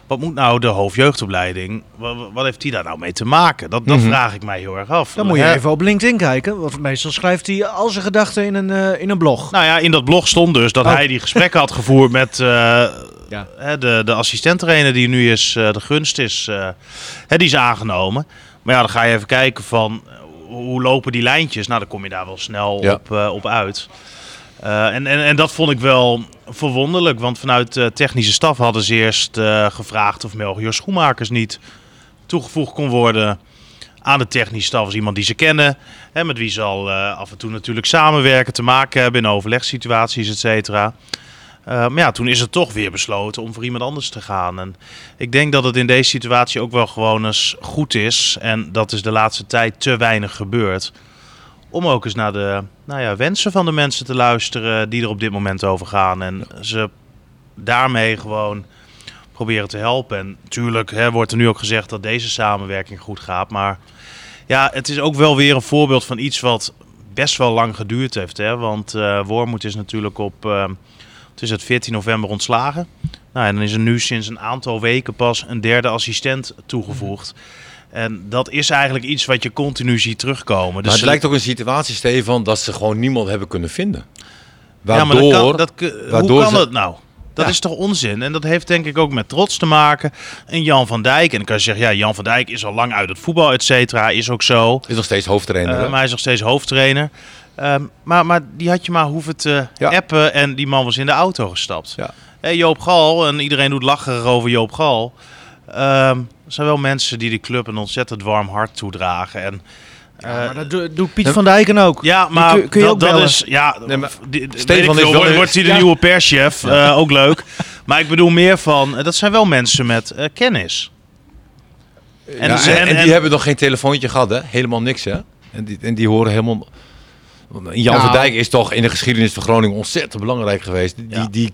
Speaker 5: wat moet nou de hoofdjeugdopleiding? wa- wa- Wat, heeft die daar nou mee te maken? Dat, dat
Speaker 4: Mhm.
Speaker 5: vraag ik mij heel erg af.
Speaker 1: Dan moet je
Speaker 5: Hè,
Speaker 1: even op LinkedIn kijken. Want meestal schrijft hij al zijn gedachten in een, eh, in een blog.
Speaker 5: Nou ja, in dat blog stond dus dat
Speaker 1: Oh.
Speaker 5: hij die gesprekken had gevoerd met eh, hè, de, de assistenttrainer die nu is, eh, de gunst is, eh, hè, die is aangenomen. Maar ja, dan ga je even kijken van eh, hoe lopen die lijntjes? Nou, dan kom je daar wel snel
Speaker 4: Ja.
Speaker 5: op, eh, op uit. Eh, en, en, en dat vond ik wel verwonderlijk, want vanuit de technische staf hadden ze eerst eh, gevraagd of Melchior Schoenmakers niet toegevoegd kon worden aan de technische staf als iemand die ze kennen. Hè, met wie ze al eh, af en toe natuurlijk samenwerken, te maken hebben in overlegssituaties, et cetera. Eh, maar ja, toen is het toch weer besloten om voor iemand anders te gaan. En ik denk dat het in deze situatie ook wel gewoon eens goed is. En dat is de laatste tijd te weinig gebeurd. Om ook eens naar de nou ja, wensen van de mensen te luisteren die er op dit moment over gaan. En ze daarmee gewoon proberen te helpen. En tuurlijk hè, wordt er nu ook gezegd dat deze samenwerking goed gaat. Maar ja, het is ook wel weer een voorbeeld van iets wat best wel lang geduurd heeft. Hè? Want eh Wormoed is natuurlijk op eh, het is het 14 november ontslagen. Nou, en dan is er nu sinds een aantal weken pas een derde assistent toegevoegd.
Speaker 4: Mhm.
Speaker 5: En dat is eigenlijk iets wat je continu ziet terugkomen. Dus
Speaker 4: maar het
Speaker 5: ze-
Speaker 4: lijkt ook een situatie, Stefan, dat ze gewoon niemand hebben kunnen vinden. Waardoor,
Speaker 5: ja, maar dat kan, dat, ke-
Speaker 4: waardoor
Speaker 5: hoe kan
Speaker 4: ze-
Speaker 5: dat nou? Dat
Speaker 4: Ja.
Speaker 5: is toch onzin? En dat heeft denk ik ook met trots te maken. En Jan van Dijk, en dan kan je zeggen, ja, Jan van Dijk is al lang uit het voetbal, et cetera, is ook zo.
Speaker 4: is nog steeds hoofdtrainer.
Speaker 5: Eh,
Speaker 4: hè?
Speaker 5: maar hij is nog steeds hoofdtrainer. Ehm, maar, maar die had je maar hoeven te
Speaker 4: Ja.
Speaker 5: appen en die man was in de auto gestapt.
Speaker 4: Ja.
Speaker 5: Hé, Joop Gal, en iedereen doet lacherig over Joop Gal. Ehm, er zijn wel mensen die de club een ontzettend warm hart toedragen. En, eh,
Speaker 1: Nou, maar dat doe- doet Piet van Dijken ook.
Speaker 5: ja, maar
Speaker 1: kun- kun je
Speaker 5: dat,
Speaker 1: ook
Speaker 5: dat
Speaker 1: bellen.
Speaker 5: is. Ja,
Speaker 4: Nee, maar
Speaker 5: die- die- weet
Speaker 4: Stefan
Speaker 5: ik veel,
Speaker 4: is wel
Speaker 5: wordt-
Speaker 4: een-
Speaker 5: Wordt hij de
Speaker 1: Ja.
Speaker 5: nieuwe perschef? eh, ook leuk. Maar ik bedoel meer van. eh, Dat zijn wel mensen met eh, kennis.
Speaker 4: Ja, En,
Speaker 5: ze-
Speaker 4: en die hebben nog geen telefoontje gehad, hè? Helemaal niks, hè? En die, en die horen helemaal... Jan
Speaker 1: Ja.
Speaker 5: Nou.
Speaker 4: van Dijk is toch in de geschiedenis van Groningen ontzettend belangrijk geweest. Die,
Speaker 5: Ja.
Speaker 4: die,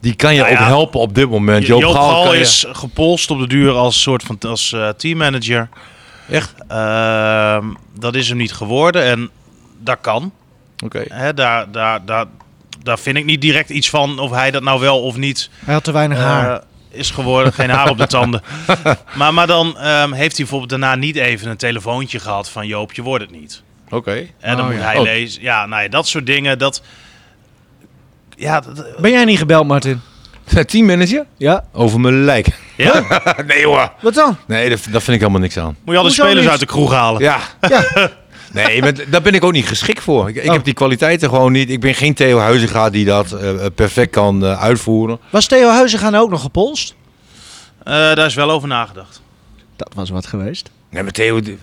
Speaker 4: die kan je
Speaker 5: Nou
Speaker 4: ook
Speaker 5: ja.
Speaker 4: helpen op dit moment.
Speaker 5: Joop,
Speaker 4: Joop, Gaal,
Speaker 5: Gal
Speaker 4: kan je-
Speaker 5: is gepolst op de duur als soort van als eh, teammanager.
Speaker 4: Echt?
Speaker 5: Ehm, dat is hem niet geworden en dat kan.
Speaker 4: Oké.
Speaker 5: Hè, daar, daar, daar, daar vind ik niet direct iets van of hij dat nou wel of niet
Speaker 1: Hij had te weinig haar.
Speaker 5: Eh, is geworden, geen haar op de tanden. Maar, maar dan ehm, heeft hij bijvoorbeeld daarna niet even een telefoontje gehad van Joop, je wordt het niet.
Speaker 4: Oké.
Speaker 5: En
Speaker 1: Oh,
Speaker 5: dan moet
Speaker 1: ja.
Speaker 5: hij
Speaker 4: Oh.
Speaker 5: lezen. Ja, nou ja, dat soort dingen. Dat, ja, dat-
Speaker 1: Ben jij niet gebeld, Martin?
Speaker 4: Teammanager?
Speaker 1: Ja.
Speaker 4: Over mijn lijk.
Speaker 5: ja.
Speaker 4: nee, hoor.
Speaker 1: Wat dan?
Speaker 4: Nee, dat, dat vind ik helemaal niks aan.
Speaker 5: moet je al de
Speaker 1: Hoezo
Speaker 5: spelers
Speaker 1: niet?
Speaker 5: uit de kroeg halen.
Speaker 4: Ja. nee, maar daar ben ik ook niet geschikt voor. Ik, ik
Speaker 1: Oh.
Speaker 4: heb die kwaliteiten gewoon niet. Ik ben geen Theo Huizinga die dat eh, perfect kan eh, uitvoeren.
Speaker 1: Was Theo Huizinga nou ook nog gepolst?
Speaker 5: Eh, daar is wel over nagedacht.
Speaker 1: Dat was wat geweest.
Speaker 4: Nee, maar Theo... die-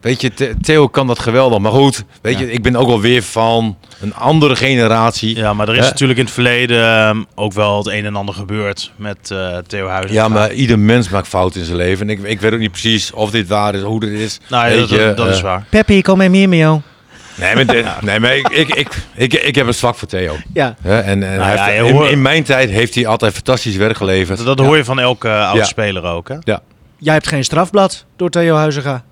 Speaker 4: Weet je, The- Theo kan dat geweldig. Maar goed, weet je, ik ben ook alweer van een andere generatie. Ja,
Speaker 5: Ja, maar er is
Speaker 4: Hè?
Speaker 5: natuurlijk in het verleden ehm, ook wel het een en ander gebeurd met eh, Theo Huizen.
Speaker 4: maar ieder mens maakt fouten in zijn leven. En ik, ik weet ook niet precies of dit waar is, hoe dit is.
Speaker 5: Nou, ja,
Speaker 4: weet
Speaker 5: dat,
Speaker 4: je,
Speaker 5: dat is
Speaker 4: eh,
Speaker 5: waar.
Speaker 1: Peppy, kom even hier mee, joh.
Speaker 4: Nee, maar, dit- nee, maar ik, ik, ik, ik, ik heb een zwak voor Theo.
Speaker 1: Ja.
Speaker 4: Hè, en en
Speaker 5: Nou
Speaker 4: hij
Speaker 5: ja,
Speaker 4: heeft-
Speaker 5: je
Speaker 4: in,
Speaker 5: hoort-
Speaker 4: in mijn tijd heeft hij altijd fantastisch werk geleverd.
Speaker 5: Dat, dat hoor je van elke eh, oude
Speaker 4: Ja.
Speaker 5: speler ook. Hè?
Speaker 1: Jij hebt geen strafblad door Theo Huizinga.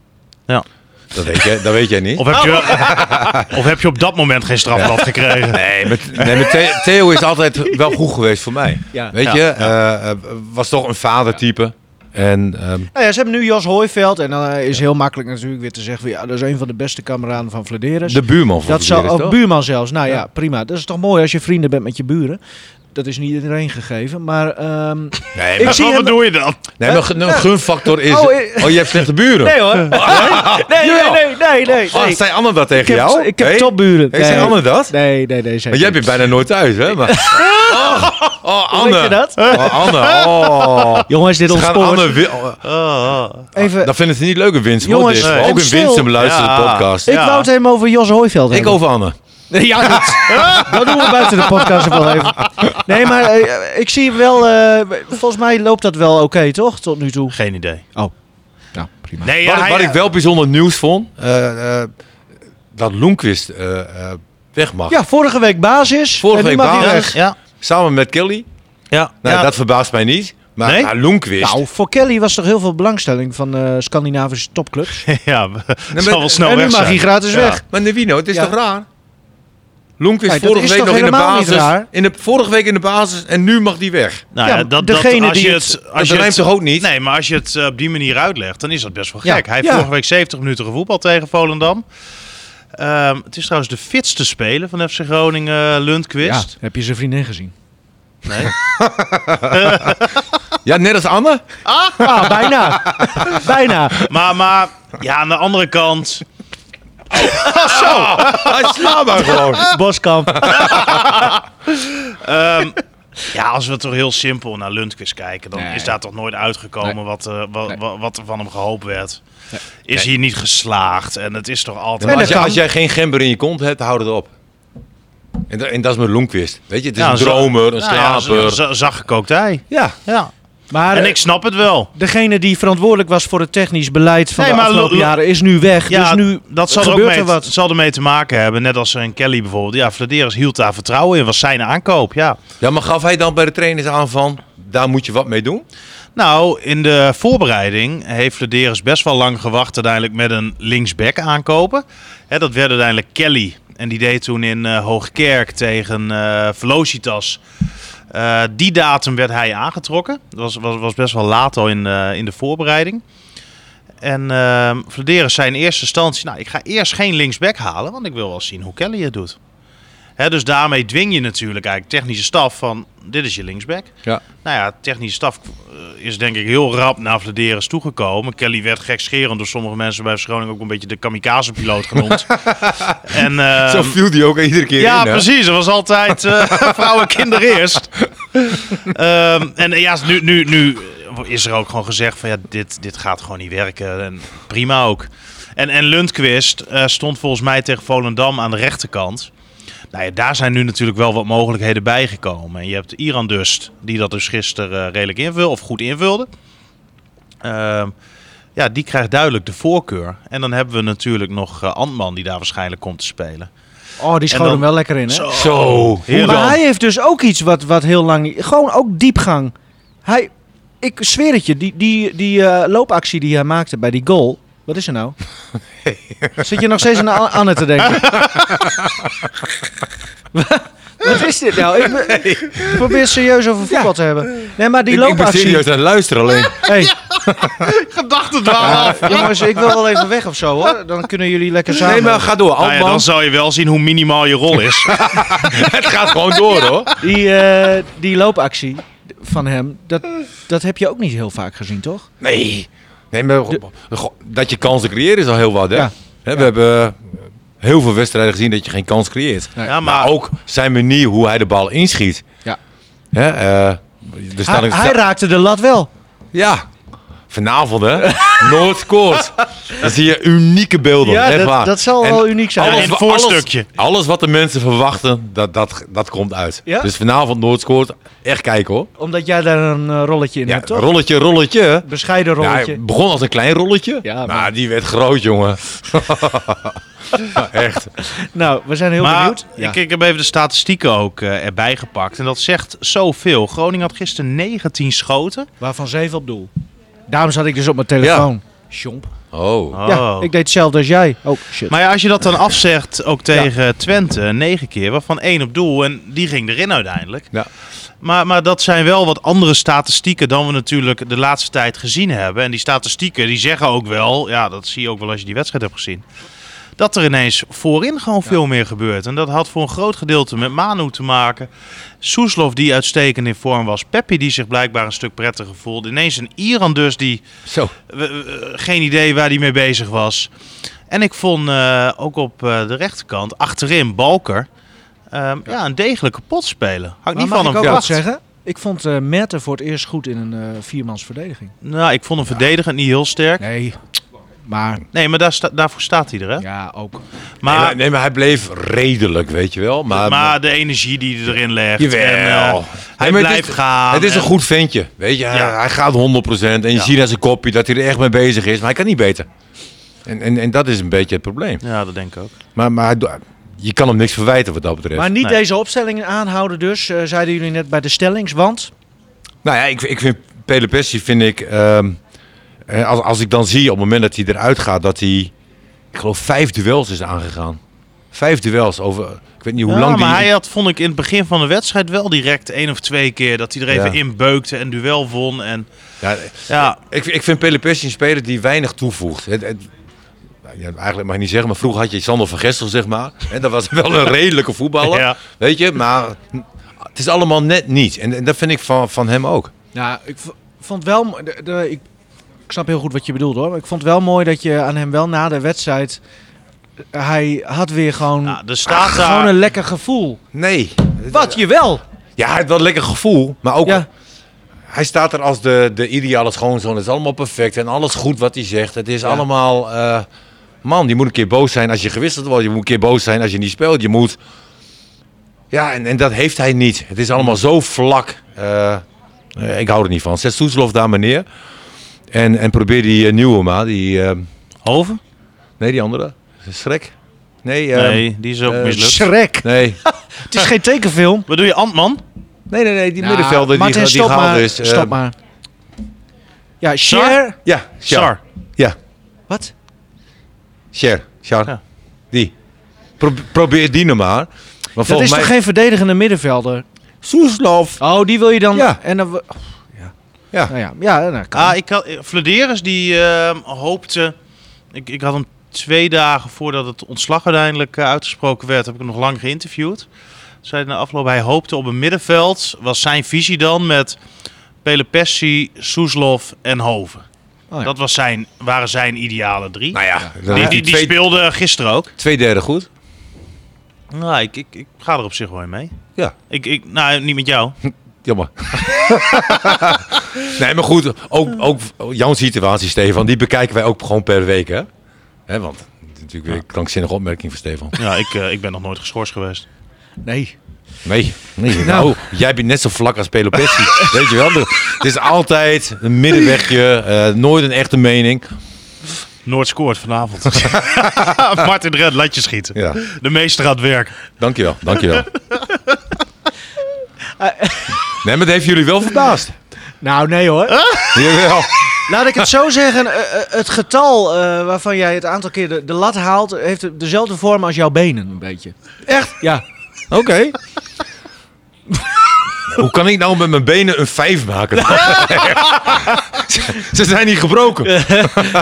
Speaker 4: Dat weet, jij, dat weet jij niet.
Speaker 5: Of, heb je, of heb je op dat moment geen strafblad gekregen?
Speaker 4: Nee, maar, nee, maar The- Theo is altijd wel goed geweest voor mij.
Speaker 1: Ja.
Speaker 4: Weet
Speaker 5: Ja.
Speaker 4: je, eh, eh, was toch een vadertype. En ehm,
Speaker 1: Nou ja, ze hebben nu Jos Hooiveld. En dan eh, is heel makkelijk natuurlijk weer te zeggen... van, Ja, dat is een van de beste kameraden van Vladeres.
Speaker 4: de buurman voor
Speaker 1: dat zou
Speaker 4: Vlieris,
Speaker 1: ook
Speaker 4: toch?
Speaker 1: buurman zelfs. Nou ja.
Speaker 4: Ja.
Speaker 1: prima. Dat is toch mooi als je vrienden bent met je buren. Dat is niet iedereen gegeven. Maar ehm,
Speaker 4: Nee,
Speaker 1: Ik
Speaker 4: maar,
Speaker 1: zie
Speaker 5: Wat
Speaker 1: hem-
Speaker 5: doe je dan?
Speaker 4: nee, maar een gunfactor is...
Speaker 1: Oh,
Speaker 4: Oh,
Speaker 1: eh.
Speaker 4: je hebt slechte buren.
Speaker 1: Nee hoor. Nee, nee, nee, nee, nee.
Speaker 4: Oh,
Speaker 1: nee.
Speaker 4: zei Anne dat tegen
Speaker 1: Ik heb,
Speaker 4: jou?
Speaker 1: ik heb
Speaker 4: Hey?
Speaker 1: topburen.
Speaker 4: Hey, zei Anne dat?
Speaker 1: Nee, nee, nee. Zei
Speaker 4: Maar jij bent bijna nooit thuis, hè? Maar... Oh, oh, Anne.
Speaker 1: Weet je dat?
Speaker 4: Oh, Anne. Oh.
Speaker 1: Jongens, dit
Speaker 4: Ze gaan Anne...
Speaker 1: ontspoort.
Speaker 4: wi- oh,
Speaker 5: Oh, oh.
Speaker 1: Even,
Speaker 4: Dan vinden ze niet leuk in Winsum. hoor,
Speaker 1: Jongens,
Speaker 4: dit.
Speaker 1: nee.
Speaker 4: Ook in
Speaker 1: stil.
Speaker 4: Winsum luisteren de
Speaker 5: Ja.
Speaker 4: podcast.
Speaker 1: ik
Speaker 5: ja.
Speaker 1: wou het hem over Jos Hooiveld
Speaker 4: Ik
Speaker 1: hebben.
Speaker 4: over Anne.
Speaker 1: Ja, dat, dat doen we buiten de podcast nog wel even. Nee, maar eh, ik zie wel... eh, volgens mij loopt dat wel oké, toch? Tot nu toe.
Speaker 5: Geen idee.
Speaker 1: Oh. prima.
Speaker 5: Nee, ja,
Speaker 4: Wat, ik-
Speaker 5: hij-
Speaker 4: wat ik wel bijzonder nieuws vond, eh, eh, dat Loenquist eh, eh, weg mag.
Speaker 1: Ja, vorige week basis.
Speaker 4: Vorige
Speaker 1: en nu
Speaker 4: week
Speaker 1: mag hij
Speaker 4: basis.
Speaker 1: weg.
Speaker 5: Ja,
Speaker 4: Samen met Kelly.
Speaker 5: ja,
Speaker 4: Nou,
Speaker 5: ja.
Speaker 4: dat verbaast mij niet. Maar
Speaker 5: Nee?
Speaker 4: nou, Loenquist.
Speaker 1: Nou, voor Kelly was toch heel veel belangstelling van eh, Scandinavische topclubs.
Speaker 5: ja het zal wel snel
Speaker 4: Nou,
Speaker 1: en nu
Speaker 5: weg
Speaker 1: mag
Speaker 5: zijn.
Speaker 1: hij gratis
Speaker 5: Ja.
Speaker 1: weg.
Speaker 4: Maar Nevino, het is
Speaker 1: Ja.
Speaker 4: toch raar? Loenquist
Speaker 1: Nee, dat
Speaker 4: vorige
Speaker 1: is
Speaker 4: week
Speaker 1: toch
Speaker 4: nog in de
Speaker 1: helemaal niet
Speaker 4: basis.
Speaker 1: raar?
Speaker 4: In de, vorige week in de basis en nu mag die weg.
Speaker 5: Nou
Speaker 1: Ja,
Speaker 5: ja, dat,
Speaker 1: degene
Speaker 5: dat, als
Speaker 1: die
Speaker 5: je
Speaker 1: het-
Speaker 5: het, als
Speaker 4: Dat
Speaker 5: je
Speaker 4: rijmt
Speaker 5: het,
Speaker 4: toch ook niet?
Speaker 5: Nee, maar als je het eh, op die manier uitlegt, dan is dat best wel
Speaker 1: Ja,
Speaker 5: gek. Hij heeft
Speaker 1: ja.
Speaker 5: vorige week 70 minuten gevoetbald tegen Volendam. Ehm, het is trouwens de fitste speler van FC Groningen,
Speaker 1: Ja,
Speaker 5: Lundqvist.
Speaker 1: heb je zijn vriendin gezien?
Speaker 5: Nee.
Speaker 4: Ja, net als Anne.
Speaker 1: Ah, bijna. bijna.
Speaker 5: Maar, maar ja, aan de andere kant,
Speaker 4: Hij slaat maar gewoon.
Speaker 1: Boskamp.
Speaker 5: ehm, ja, als we toch heel simpel naar Lundqvist kijken, dan
Speaker 1: Nee.
Speaker 5: is daar toch nooit uitgekomen
Speaker 1: Nee.
Speaker 5: wat, eh, wa-
Speaker 1: Nee.
Speaker 5: wa- wat er van hem gehoopt werd. Is hier niet geslaagd en het is toch altijd...
Speaker 4: Maar
Speaker 1: dat
Speaker 4: als, je-
Speaker 1: kan.
Speaker 4: als jij geen gember in je kont hebt, hou het op. En, da- en dat is met Loenquist. Weet je, het is
Speaker 5: Ja,
Speaker 4: een
Speaker 5: zo-
Speaker 4: dromer, een
Speaker 5: Nou ja,
Speaker 4: slaper.
Speaker 5: z- z- Zachtgekooktij.
Speaker 4: ja.
Speaker 5: Ja.
Speaker 1: Maar
Speaker 5: En ik snap het wel.
Speaker 1: degene die verantwoordelijk was voor het technisch beleid van
Speaker 5: Nee,
Speaker 1: de
Speaker 5: maar
Speaker 1: afgelopen
Speaker 5: lo- lo-
Speaker 1: jaren is nu weg.
Speaker 5: Ja,
Speaker 1: dus nu
Speaker 5: dat zal er ook
Speaker 1: gebeurt
Speaker 5: mee,
Speaker 1: er wat.
Speaker 5: zal ermee te maken hebben. Net als een Kelly bijvoorbeeld. Ja, Vladeris hield daar vertrouwen in. Was zijn aankoop, ja.
Speaker 4: ja, maar gaf hij dan bij de trainers aan van, daar moet je wat mee doen?
Speaker 5: Nou, in de voorbereiding heeft Vladeris best wel lang gewacht uiteindelijk met een linksback aankopen. Hè, dat werd uiteindelijk Kelly. En die deed toen in eh, Hoogkerk tegen eh Velocitas. Eh, die datum werd hij aangetrokken. Dat was, was, was best wel laat al in, eh, in de voorbereiding. En ehm Vladeris zei in eerste instantie... Nou, ik ga eerst geen linksback halen, want ik wil wel zien hoe Kelly het doet. Hè, dus daarmee dwing je natuurlijk eigenlijk technische staf van... Dit is je linksback.
Speaker 4: Ja.
Speaker 5: Nou ja, technische staf eh, is denk ik heel rap naar Vladeris toegekomen. Kelly werd gekscherend door sommige mensen bij Verschoning ook een beetje de kamikaze-piloot genoemd. en, eh,
Speaker 1: Ehm,
Speaker 4: Zo viel die ook iedere keer
Speaker 5: ja,
Speaker 4: in, hè?
Speaker 5: precies. Er was altijd eh, vrouwen en kinderen eerst. Ehm, en eh, ja, nu, nu, nu is er ook gewoon gezegd van ja, dit, dit gaat gewoon niet werken. En prima ook. En, en Lundqvist eh, stond volgens mij tegen Volendam aan de rechterkant. Nou ja, daar zijn nu natuurlijk wel wat mogelijkheden bijgekomen. En je hebt Iran Dust, die dat dus gisteren eh, redelijk invulde, of goed invulde. Ehm, ja, die krijgt duidelijk de voorkeur. En dan hebben we natuurlijk nog eh, Antman, die daar waarschijnlijk komt te spelen.
Speaker 1: Oh, die schoot
Speaker 5: dan-
Speaker 1: hem wel lekker in, hè?
Speaker 4: Zo.
Speaker 5: Heerlijk.
Speaker 1: Maar hij heeft dus ook iets wat, wat heel lang niet... Gewoon ook diepgang. Hij, ik zweer het je, die, die, die eh, loopactie die hij maakte bij die goal... Wat is er nou? Zit je nog steeds aan An- Anne te denken? wat is dit nou? Ik be- ik probeer het serieus over voetbal te hebben. Nee, maar die
Speaker 4: Ik, ik ben
Speaker 1: loopactie...
Speaker 4: serieus aan het luisteren alleen.
Speaker 1: Hey,
Speaker 5: Gedachten dwalen af.
Speaker 1: jongens, ik wil wel even weg of zo, hoor. Dan kunnen jullie lekker samen...
Speaker 4: Nee, maar ga door.
Speaker 5: Nou ja,
Speaker 4: Altman,
Speaker 5: dan zal je wel zien hoe minimaal je rol is.
Speaker 4: het gaat gewoon door, hoor.
Speaker 1: Die, eh, die loopactie van hem, dat, dat heb je ook niet heel vaak gezien, toch?
Speaker 4: Nee. Nee, maar go- dat je kansen creëert is al heel wat, hè?
Speaker 1: Ja.
Speaker 4: Hè, We hebben eh, heel veel wedstrijden gezien dat je geen kans creëert.
Speaker 5: Ja, maar,
Speaker 4: Maar ook zijn manier hoe hij de bal inschiet.
Speaker 1: Ja.
Speaker 4: Hè, eh, er staan
Speaker 1: Hij,
Speaker 4: ook-
Speaker 1: hij raakte de lat wel.
Speaker 4: Ja. Vanavond, hè? Noord-Koort. Dan zie je unieke beelden.
Speaker 1: Ja,
Speaker 4: echt
Speaker 1: dat-
Speaker 4: waar.
Speaker 1: dat zal wel uniek zijn.
Speaker 5: Ja, in het
Speaker 4: wa-
Speaker 5: voorstukje.
Speaker 4: Alles, alles wat de mensen verwachten, dat, dat, dat komt uit.
Speaker 1: Ja?
Speaker 4: Dus vanavond Noord-Koort. Echt kijken, hoor.
Speaker 1: Omdat jij daar een eh, rolletje in
Speaker 4: Ja,
Speaker 1: hebt, toch?
Speaker 4: rolletje, rolletje.
Speaker 1: Bescheiden
Speaker 4: Ja,
Speaker 1: rolletje.
Speaker 4: hij begon als een klein rolletje,
Speaker 1: Ja,
Speaker 4: maar...
Speaker 1: maar-
Speaker 4: die werd groot, jongen. Echt.
Speaker 1: nou, we zijn heel
Speaker 5: maar
Speaker 1: benieuwd. Ja.
Speaker 5: ik, ik heb even de statistieken ook eh, erbij gepakt. En dat zegt zoveel. Groningen had gisteren 19 schoten.
Speaker 1: Waarvan zeven op doel. Daarom zat ik dus op mijn telefoon. Sjomp.
Speaker 4: Oh.
Speaker 1: Ja,
Speaker 5: Oh.
Speaker 1: ik deed hetzelfde als jij. Oh, shit.
Speaker 5: Maar ja, als je dat dan afzegt, ook tegen Twente, 9 keer, waarvan één op doel. En die ging erin uiteindelijk.
Speaker 4: Ja.
Speaker 5: Maar, maar dat zijn wel wat andere statistieken dan we natuurlijk de laatste tijd gezien hebben. En die statistieken die zeggen ook wel, ja, dat zie je ook wel als je die wedstrijd hebt gezien. Dat er ineens voorin gewoon veel meer gebeurt. En dat had voor een groot gedeelte met Manu te maken. Soeslof die uitstekend in vorm was. Peppi die zich blijkbaar een stuk prettiger voelde. Ineens een Iran dus die
Speaker 4: Zo.
Speaker 5: we- we- geen idee waar hij mee bezig was. En ik vond eh, ook op eh, de rechterkant, achterin Balker, ehm, ja. een degelijke pot spelen. Had ik
Speaker 1: Maar
Speaker 5: niet
Speaker 1: mag
Speaker 5: van
Speaker 1: ik
Speaker 5: hem
Speaker 1: ook wat
Speaker 5: verwacht.
Speaker 1: zeggen? Ik vond eh Merten voor het eerst goed in een eh viermans verdediging.
Speaker 5: Nou, ik vond hem verdedigend niet heel sterk.
Speaker 1: Nee. Maar
Speaker 5: Nee, maar daar sta- daarvoor staat hij er, hè?
Speaker 1: ja, ook.
Speaker 4: Nee,
Speaker 5: Maar,
Speaker 4: maar, nee, maar hij bleef redelijk, weet je wel. Maar,
Speaker 5: maar, de energie die hij erin legt.
Speaker 4: Jawel.
Speaker 5: en, eh,
Speaker 4: Nee,
Speaker 5: hij
Speaker 4: maar
Speaker 5: blijft
Speaker 4: het is,
Speaker 5: gaan.
Speaker 4: Het is een
Speaker 5: en-
Speaker 4: goed ventje, weet je. Hij,
Speaker 5: Ja.
Speaker 4: hij gaat 100% en je
Speaker 5: Ja.
Speaker 4: ziet aan zijn kopje dat hij er echt mee bezig is. Maar hij kan niet beter. En, en, en dat is een beetje het probleem.
Speaker 5: Ja, dat denk ik ook.
Speaker 4: Maar, maar hij do- je kan hem niks verwijten wat dat betreft.
Speaker 1: Maar niet
Speaker 5: Nee.
Speaker 1: deze opstellingen aanhouden dus, eh, zeiden jullie net bij de stellings. Want,
Speaker 4: Nou ja, ik, ik vind Pele Pessi vind ik... ehm, eh, als, als ik dan zie op het moment dat hij eruit gaat... dat hij, ik geloof, vijf duels is aangegaan. Vijf duels over... Ik weet niet hoe
Speaker 5: Ja,
Speaker 4: lang die...
Speaker 5: maar hij had, vond ik in het begin van de wedstrijd wel direct één of twee keer dat hij er even
Speaker 4: Ja.
Speaker 5: in beukte en duel won. En
Speaker 4: Ja,
Speaker 5: ja,
Speaker 4: Ik, ik vind Pelle Pessi een speler die weinig toevoegt. Het, het- nou, ja, eigenlijk mag je niet zeggen, maar vroeger had je Sander van Gestel, zeg maar. En dat was wel een redelijke voetballer,
Speaker 5: Ja.
Speaker 4: weet je. Maar het is allemaal net niet. En, en dat vind ik van, van hem ook.
Speaker 1: nou, ik v- vond wel... mo- de- de- ik, ik snap heel goed wat je bedoelt hoor. Maar ik vond wel mooi dat je aan hem wel na de wedstrijd... eh, Hij had weer gewoon, Ah,
Speaker 5: ja, nou, er staat
Speaker 1: gewoon
Speaker 5: daar.
Speaker 1: een lekker gevoel.
Speaker 4: Nee.
Speaker 1: Wat, je wel?
Speaker 4: Ja, hij heeft wel een lekker gevoel, maar ook...
Speaker 1: Ja.
Speaker 4: Hij staat er als de, de ideale schoonzoon. Het is allemaal perfect en alles goed wat hij zegt. Het is allemaal... eh, man, je moet een keer boos zijn als je gewisseld wordt. Je moet een keer boos zijn als je niet speelt. Je moet... Ja, en, en dat heeft hij niet. Het is allemaal zo vlak. Eh, eh, ik hou er niet van. Zet Soeslof daar maar neer. En, en probeer die eh, nieuwe maar. Die, eh,
Speaker 5: Hoven?
Speaker 4: nee, die andere. Schrek? Nee. eh,
Speaker 5: Nee, die is ook
Speaker 4: eh,
Speaker 5: mislukt.
Speaker 1: Schrek.
Speaker 4: Nee.
Speaker 1: Het is geen tekenfilm.
Speaker 5: Wat doe je, Antman?
Speaker 4: Nee, nee, nee. Die
Speaker 1: Nou,
Speaker 4: middenvelder die,
Speaker 1: Martin,
Speaker 4: ge- die
Speaker 1: stop
Speaker 4: gehaald
Speaker 1: maar.
Speaker 4: is. eh,
Speaker 1: stop maar. Ja, Cher.
Speaker 4: Ja, Sjaar.
Speaker 5: Sar.
Speaker 4: Ja,
Speaker 1: Wat?
Speaker 4: Sher. Sjaar.
Speaker 5: Ja.
Speaker 4: Die. Pro- probeer die nou maar. Maar
Speaker 1: Dat is
Speaker 4: volgens mij...
Speaker 1: toch geen verdedigende middenvelder?
Speaker 4: Soeslof.
Speaker 1: Oh, die wil je dan...
Speaker 4: Ja.
Speaker 1: En dan...
Speaker 4: Ja.
Speaker 1: Nou ja, ja nou, kan.
Speaker 5: Ah, ik had, eh, Vladeris die ehm, hoopte. Ik, ik had hem twee dagen voordat het ontslag uiteindelijk eh, uitgesproken werd, heb ik hem nog lang geïnterviewd. Zei na afloop, hij hoopte op een middenveld. Was zijn visie dan met Pele Pessi, Soeslof en Hoven.
Speaker 1: Oh ja.
Speaker 5: Dat was zijn, waren zijn ideale drie.
Speaker 4: Nou ja.
Speaker 5: die
Speaker 4: dan
Speaker 5: die,
Speaker 4: heeft hij
Speaker 5: die
Speaker 4: twee,
Speaker 5: speelde gisteren ook.
Speaker 4: twee derde goed.
Speaker 5: Nou, ik, ik, ik ga er op zich wel in mee.
Speaker 4: Ja.
Speaker 5: Ik, ik, nou, niet met jou.
Speaker 4: Jammer. nee, maar goed. Ook, ook jouw situatie, Stefan, die bekijken wij ook gewoon per week, hè? hè want het is natuurlijk weer een krankzinnige opmerking van Stefan.
Speaker 5: Ja, ik, eh, ik ben nog nooit geschorst geweest.
Speaker 1: Nee.
Speaker 4: Nee, nee nou. jij bent net zo vlak als Pelopessi. weet je wel? Het is altijd een middenwegje, eh, nooit een echte mening.
Speaker 5: Noord scoort vanavond. Martin Red, laat je schieten.
Speaker 4: Ja,
Speaker 5: De meester aan het werk.
Speaker 4: dankjewel, dankjewel. Nee, maar dat heeft jullie wel verbaasd.
Speaker 1: Nou, nee hoor.
Speaker 4: Jawel.
Speaker 1: Laat ik het zo zeggen. eh, eh, het getal eh, waarvan jij het aantal keer de, de lat haalt... heeft dezelfde vorm als jouw benen, een beetje. Echt? Ja.
Speaker 4: Oké. Hoe kan ik nou met mijn benen een 5 maken? ze, ze zijn niet gebroken.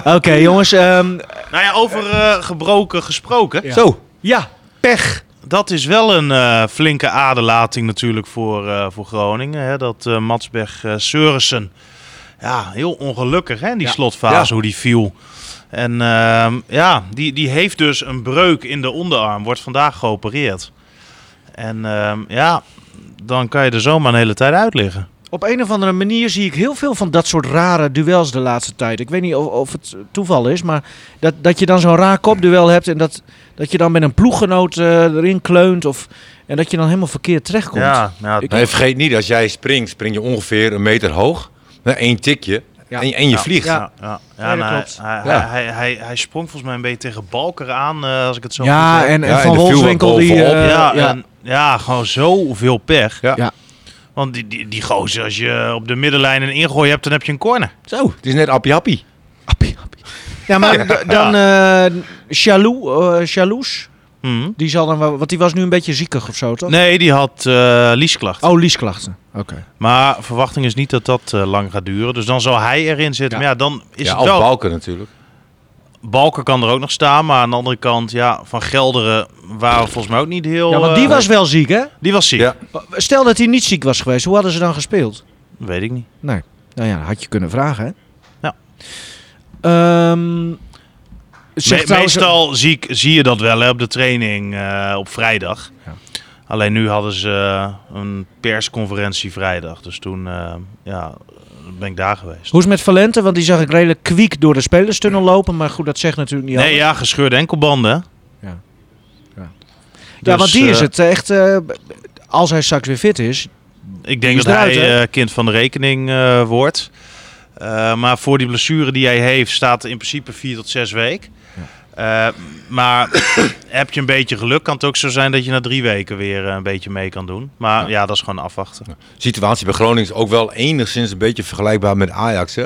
Speaker 1: Oké, jongens. ehm,
Speaker 5: Nou ja, over eh, gebroken gesproken.
Speaker 1: Ja.
Speaker 4: Zo.
Speaker 1: ja, pech.
Speaker 5: Dat is wel een eh, flinke aderlating natuurlijk voor, eh, voor Groningen. Hè? Dat eh Matsberg eh Seurissen. Ja, heel ongelukkig hè, in die
Speaker 1: Ja.
Speaker 5: slotfase
Speaker 4: Ja.
Speaker 5: hoe die viel. En ehm, ja, die, die heeft dus een breuk in de onderarm. Wordt vandaag geopereerd. En ehm, ja, dan kan je er zomaar een hele tijd uit liggen.
Speaker 1: Op een of andere manier zie ik heel veel van dat soort rare duels de laatste tijd. Ik weet niet of, of het toeval is, maar dat, dat je dan zo'n raar kopduel hebt en dat, dat je dan met een ploeggenoot eh, erin kleunt of, en dat je dan helemaal verkeerd terechtkomt.
Speaker 5: Ja, ja,
Speaker 1: Ik-
Speaker 4: Nee, vergeet niet, als jij springt, spring je ongeveer een meter hoog. Eén tikje
Speaker 1: Ja.
Speaker 4: en, en je
Speaker 5: Ja.
Speaker 4: vliegt.
Speaker 1: Ja.
Speaker 5: ja,
Speaker 1: Nee,
Speaker 5: ja,
Speaker 1: dat
Speaker 5: en hij-
Speaker 1: klopt.
Speaker 5: Hij,
Speaker 4: Ja.
Speaker 5: Hij, hij, hij sprong volgens mij een beetje tegen Balker aan, eh, als ik het zo goed
Speaker 1: Ja,
Speaker 5: heb.
Speaker 1: en, en
Speaker 4: Ja, en
Speaker 1: Van
Speaker 4: er viel wat
Speaker 1: Wolfswinkel die...
Speaker 4: bovenop.
Speaker 1: eh,
Speaker 5: ja,
Speaker 1: ja.
Speaker 5: en- ja, gewoon zoveel pech.
Speaker 4: Ja.
Speaker 1: Ja.
Speaker 5: Want die, die, die gozer, als je op de middenlijn een ingooi hebt, dan heb je een corner.
Speaker 4: Zo, het is net appie appie.
Speaker 1: Ja, maar d- dan eh Chalou, eh, Chalouz,
Speaker 5: Mhm.
Speaker 1: die zal dan wel... Want die was nu een beetje ziekig of zo, toch?
Speaker 5: Nee, die had eh liesklachten.
Speaker 1: Oh, liesklachten. Oké.
Speaker 5: Maar verwachting is niet dat dat eh, lang gaat duren. Dus dan zal hij erin zitten.
Speaker 1: Ja.
Speaker 5: Maar ja, dan is
Speaker 4: Ja,
Speaker 5: het
Speaker 4: of
Speaker 5: wel...
Speaker 4: balken natuurlijk.
Speaker 5: Balker kan er ook nog staan. Maar aan de andere kant, ja, Van Gelderen waren volgens mij ook niet heel...
Speaker 1: Ja, want die
Speaker 5: eh,
Speaker 1: was wel ziek, hè?
Speaker 5: die was ziek.
Speaker 4: Ja.
Speaker 1: Stel dat hij niet ziek was geweest, hoe hadden ze dan gespeeld?
Speaker 5: Weet ik niet.
Speaker 1: Nee. Nou ja, dat had je kunnen vragen, hè?
Speaker 5: Ja.
Speaker 1: Ehm, zeg
Speaker 5: Me-
Speaker 1: trouwens-
Speaker 5: meestal zie, ik, zie je dat wel hè, op de training eh, op vrijdag.
Speaker 1: Ja.
Speaker 5: Alleen nu hadden ze eh, een persconferentie vrijdag. Dus toen eh, ja, ben ik daar geweest.
Speaker 1: Hoe is het met Valente? Want die zag ik redelijk kwiek door de spelerstunnel lopen. Maar goed, dat zegt natuurlijk niet
Speaker 5: Nee,
Speaker 1: alles.
Speaker 5: ja, gescheurde enkelbanden.
Speaker 1: Ja. Ja.
Speaker 5: Dus,
Speaker 1: ja, want die is
Speaker 5: eh,
Speaker 1: het echt... eh, als hij straks weer fit is...
Speaker 5: Ik
Speaker 1: Die
Speaker 5: denk
Speaker 1: is
Speaker 5: dat
Speaker 1: eruit,
Speaker 5: hij
Speaker 1: hè?
Speaker 5: eh, kind van de rekening eh, wordt. Eh, maar voor die blessure die hij heeft, staat in principe 4 tot 6 weken. Eh, maar heb je een beetje geluk, kan het ook zo zijn dat je na drie weken weer eh, een beetje mee kan doen. Maar ja, dat is gewoon afwachten.
Speaker 4: situatie bij Groningen is ook wel enigszins een beetje vergelijkbaar met Ajax. Hè?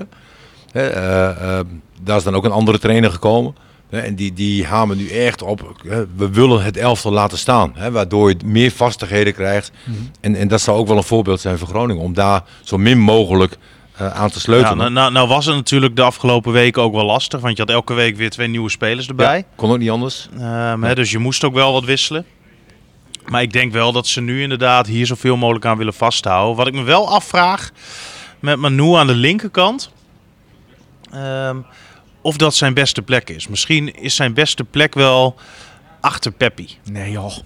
Speaker 4: Hè, eh, eh, daar is dan ook een andere trainer gekomen. Hè, en die, die hamen nu echt op. Hè, we willen het elftal laten staan. Hè, waardoor je meer vastigheden krijgt.
Speaker 5: Mhm.
Speaker 4: En, en dat zou ook wel een voorbeeld zijn voor Groningen. Om daar zo min mogelijk eh, aan te
Speaker 5: Ja,
Speaker 4: sleutelen.
Speaker 5: nou, nou, nou was het natuurlijk de afgelopen weken ook wel lastig, want je had elke week weer twee nieuwe spelers erbij.
Speaker 4: Ja, kon ook niet anders.
Speaker 5: Ehm, hè, dus je moest ook wel wat wisselen. Maar ik denk wel dat ze nu inderdaad hier zoveel mogelijk aan willen vasthouden. Wat ik me wel afvraag met Manu aan de linkerkant. ehm, of dat zijn beste plek is. Misschien is zijn beste plek wel achter Peppi.
Speaker 1: Nee joh.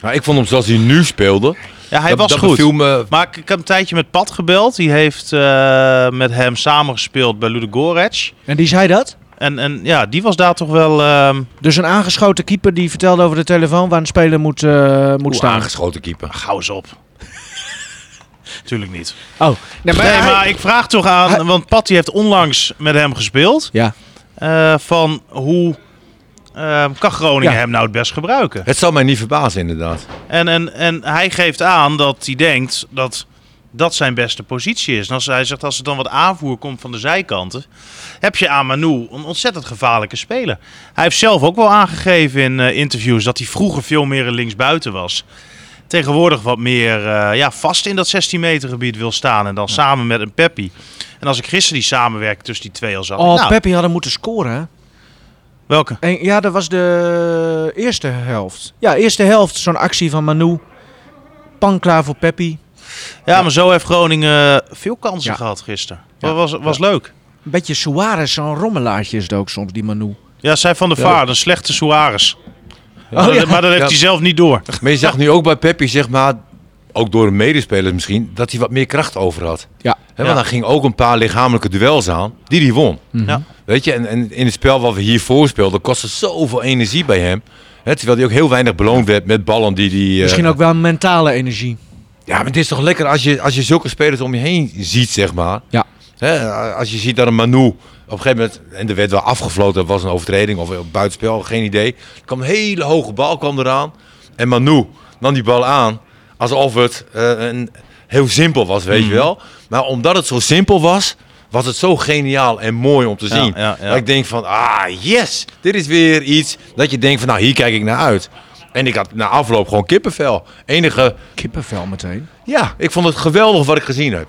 Speaker 4: Nou, ik vond hem zoals hij nu speelde.
Speaker 5: Ja, hij
Speaker 4: dat,
Speaker 5: was
Speaker 4: dat
Speaker 5: goed.
Speaker 4: beviel me-
Speaker 5: Maar ik, ik heb een tijdje met Pat gebeld. Die heeft eh, met hem samengespeeld bij Ludogorets.
Speaker 1: En die zei dat?
Speaker 5: En, en ja, die was daar toch wel... ehm,
Speaker 1: Dus een aangeschoten keeper die vertelde over de telefoon waar een speler moet, eh, moet
Speaker 4: Oeh,
Speaker 1: staan.
Speaker 4: aangeschoten keeper.
Speaker 5: Gauw eens op. Tuurlijk niet.
Speaker 1: Oh, nee, maar,
Speaker 5: Nee,
Speaker 1: hij-
Speaker 5: maar ik vraag toch aan,
Speaker 1: hij-
Speaker 5: want Pat die heeft onlangs met hem gespeeld.
Speaker 1: Ja.
Speaker 5: eh, van hoe ehm, kan Groningen
Speaker 1: Ja.
Speaker 5: hem nou het best gebruiken?
Speaker 4: Het zou mij niet verbazen inderdaad.
Speaker 5: En, en, en hij geeft aan dat hij denkt dat dat zijn beste positie is. En als hij zegt, als er dan wat aanvoer komt van de zijkanten, heb je aan Manu een ontzettend gevaarlijke speler. Hij heeft zelf ook wel aangegeven in eh, interviews dat hij vroeger veel meer een linksbuiten was. Tegenwoordig wat meer eh, ja, vast in dat 16 meter gebied wil staan en dan samen met een Peppi. En als ik gisteren die samenwerking tussen die twee al zag,
Speaker 1: oh
Speaker 5: nou,
Speaker 1: Peppi had hem moeten scoren. hè?
Speaker 5: welke?
Speaker 1: En, ja, dat was de eerste helft. Ja, eerste helft. Zo'n actie van Manu. Pan klaar voor Peppi.
Speaker 5: Ja, maar zo heeft Groningen eh, veel kansen
Speaker 1: Ja.
Speaker 5: gehad gisteren.
Speaker 1: Ja.
Speaker 5: Dat was, was leuk.
Speaker 1: Een beetje Suarez, zo'n rommelaartje is het ook soms, die Manu.
Speaker 5: Ja, zij van de Vaart, een slechte Suarez. maar,
Speaker 1: Oh,
Speaker 5: dat,
Speaker 1: ja.
Speaker 5: maar dat heeft
Speaker 4: Ja.
Speaker 5: hij zelf niet door.
Speaker 4: Maar je zag nu ook bij Peppi, zeg maar, ook door de medespelers misschien, dat hij wat meer kracht over had.
Speaker 1: Ja.
Speaker 4: Hè, want
Speaker 5: Ja. Mhm.
Speaker 4: hij ging ook een paar lichamelijke duels aan, die hij won.
Speaker 5: Ja.
Speaker 4: Weet je, en, en in het spel wat we hiervoor speelden, kostte zoveel energie bij hem. Hè, terwijl hij ook heel weinig beloond werd met ballen die hij... eh,
Speaker 1: Misschien ook wel mentale energie.
Speaker 4: Ja, maar het is toch lekker als je, als je zulke spelers om je heen ziet, zeg maar.
Speaker 1: Ja.
Speaker 4: Hè, als je ziet dat een Manu op een gegeven moment, en er werd wel afgefloten, dat was een overtreding of op buitenspel, geen idee. Er kwam een hele hoge bal kwam eraan en Manu nam die bal aan alsof het eh, een, heel simpel was, weet
Speaker 5: Mhm.
Speaker 4: je wel. Maar omdat het zo simpel was, was het zo geniaal en mooi om te
Speaker 5: Ja,
Speaker 4: zien.
Speaker 5: ja, ja.
Speaker 4: Dat ik denk van, ah yes, dit is weer iets dat je denkt van, nou hier kijk ik naar uit. En ik had na afloop gewoon kippenvel. Enige
Speaker 1: Kippenvel meteen.
Speaker 4: ja, ik vond het geweldig wat ik gezien heb.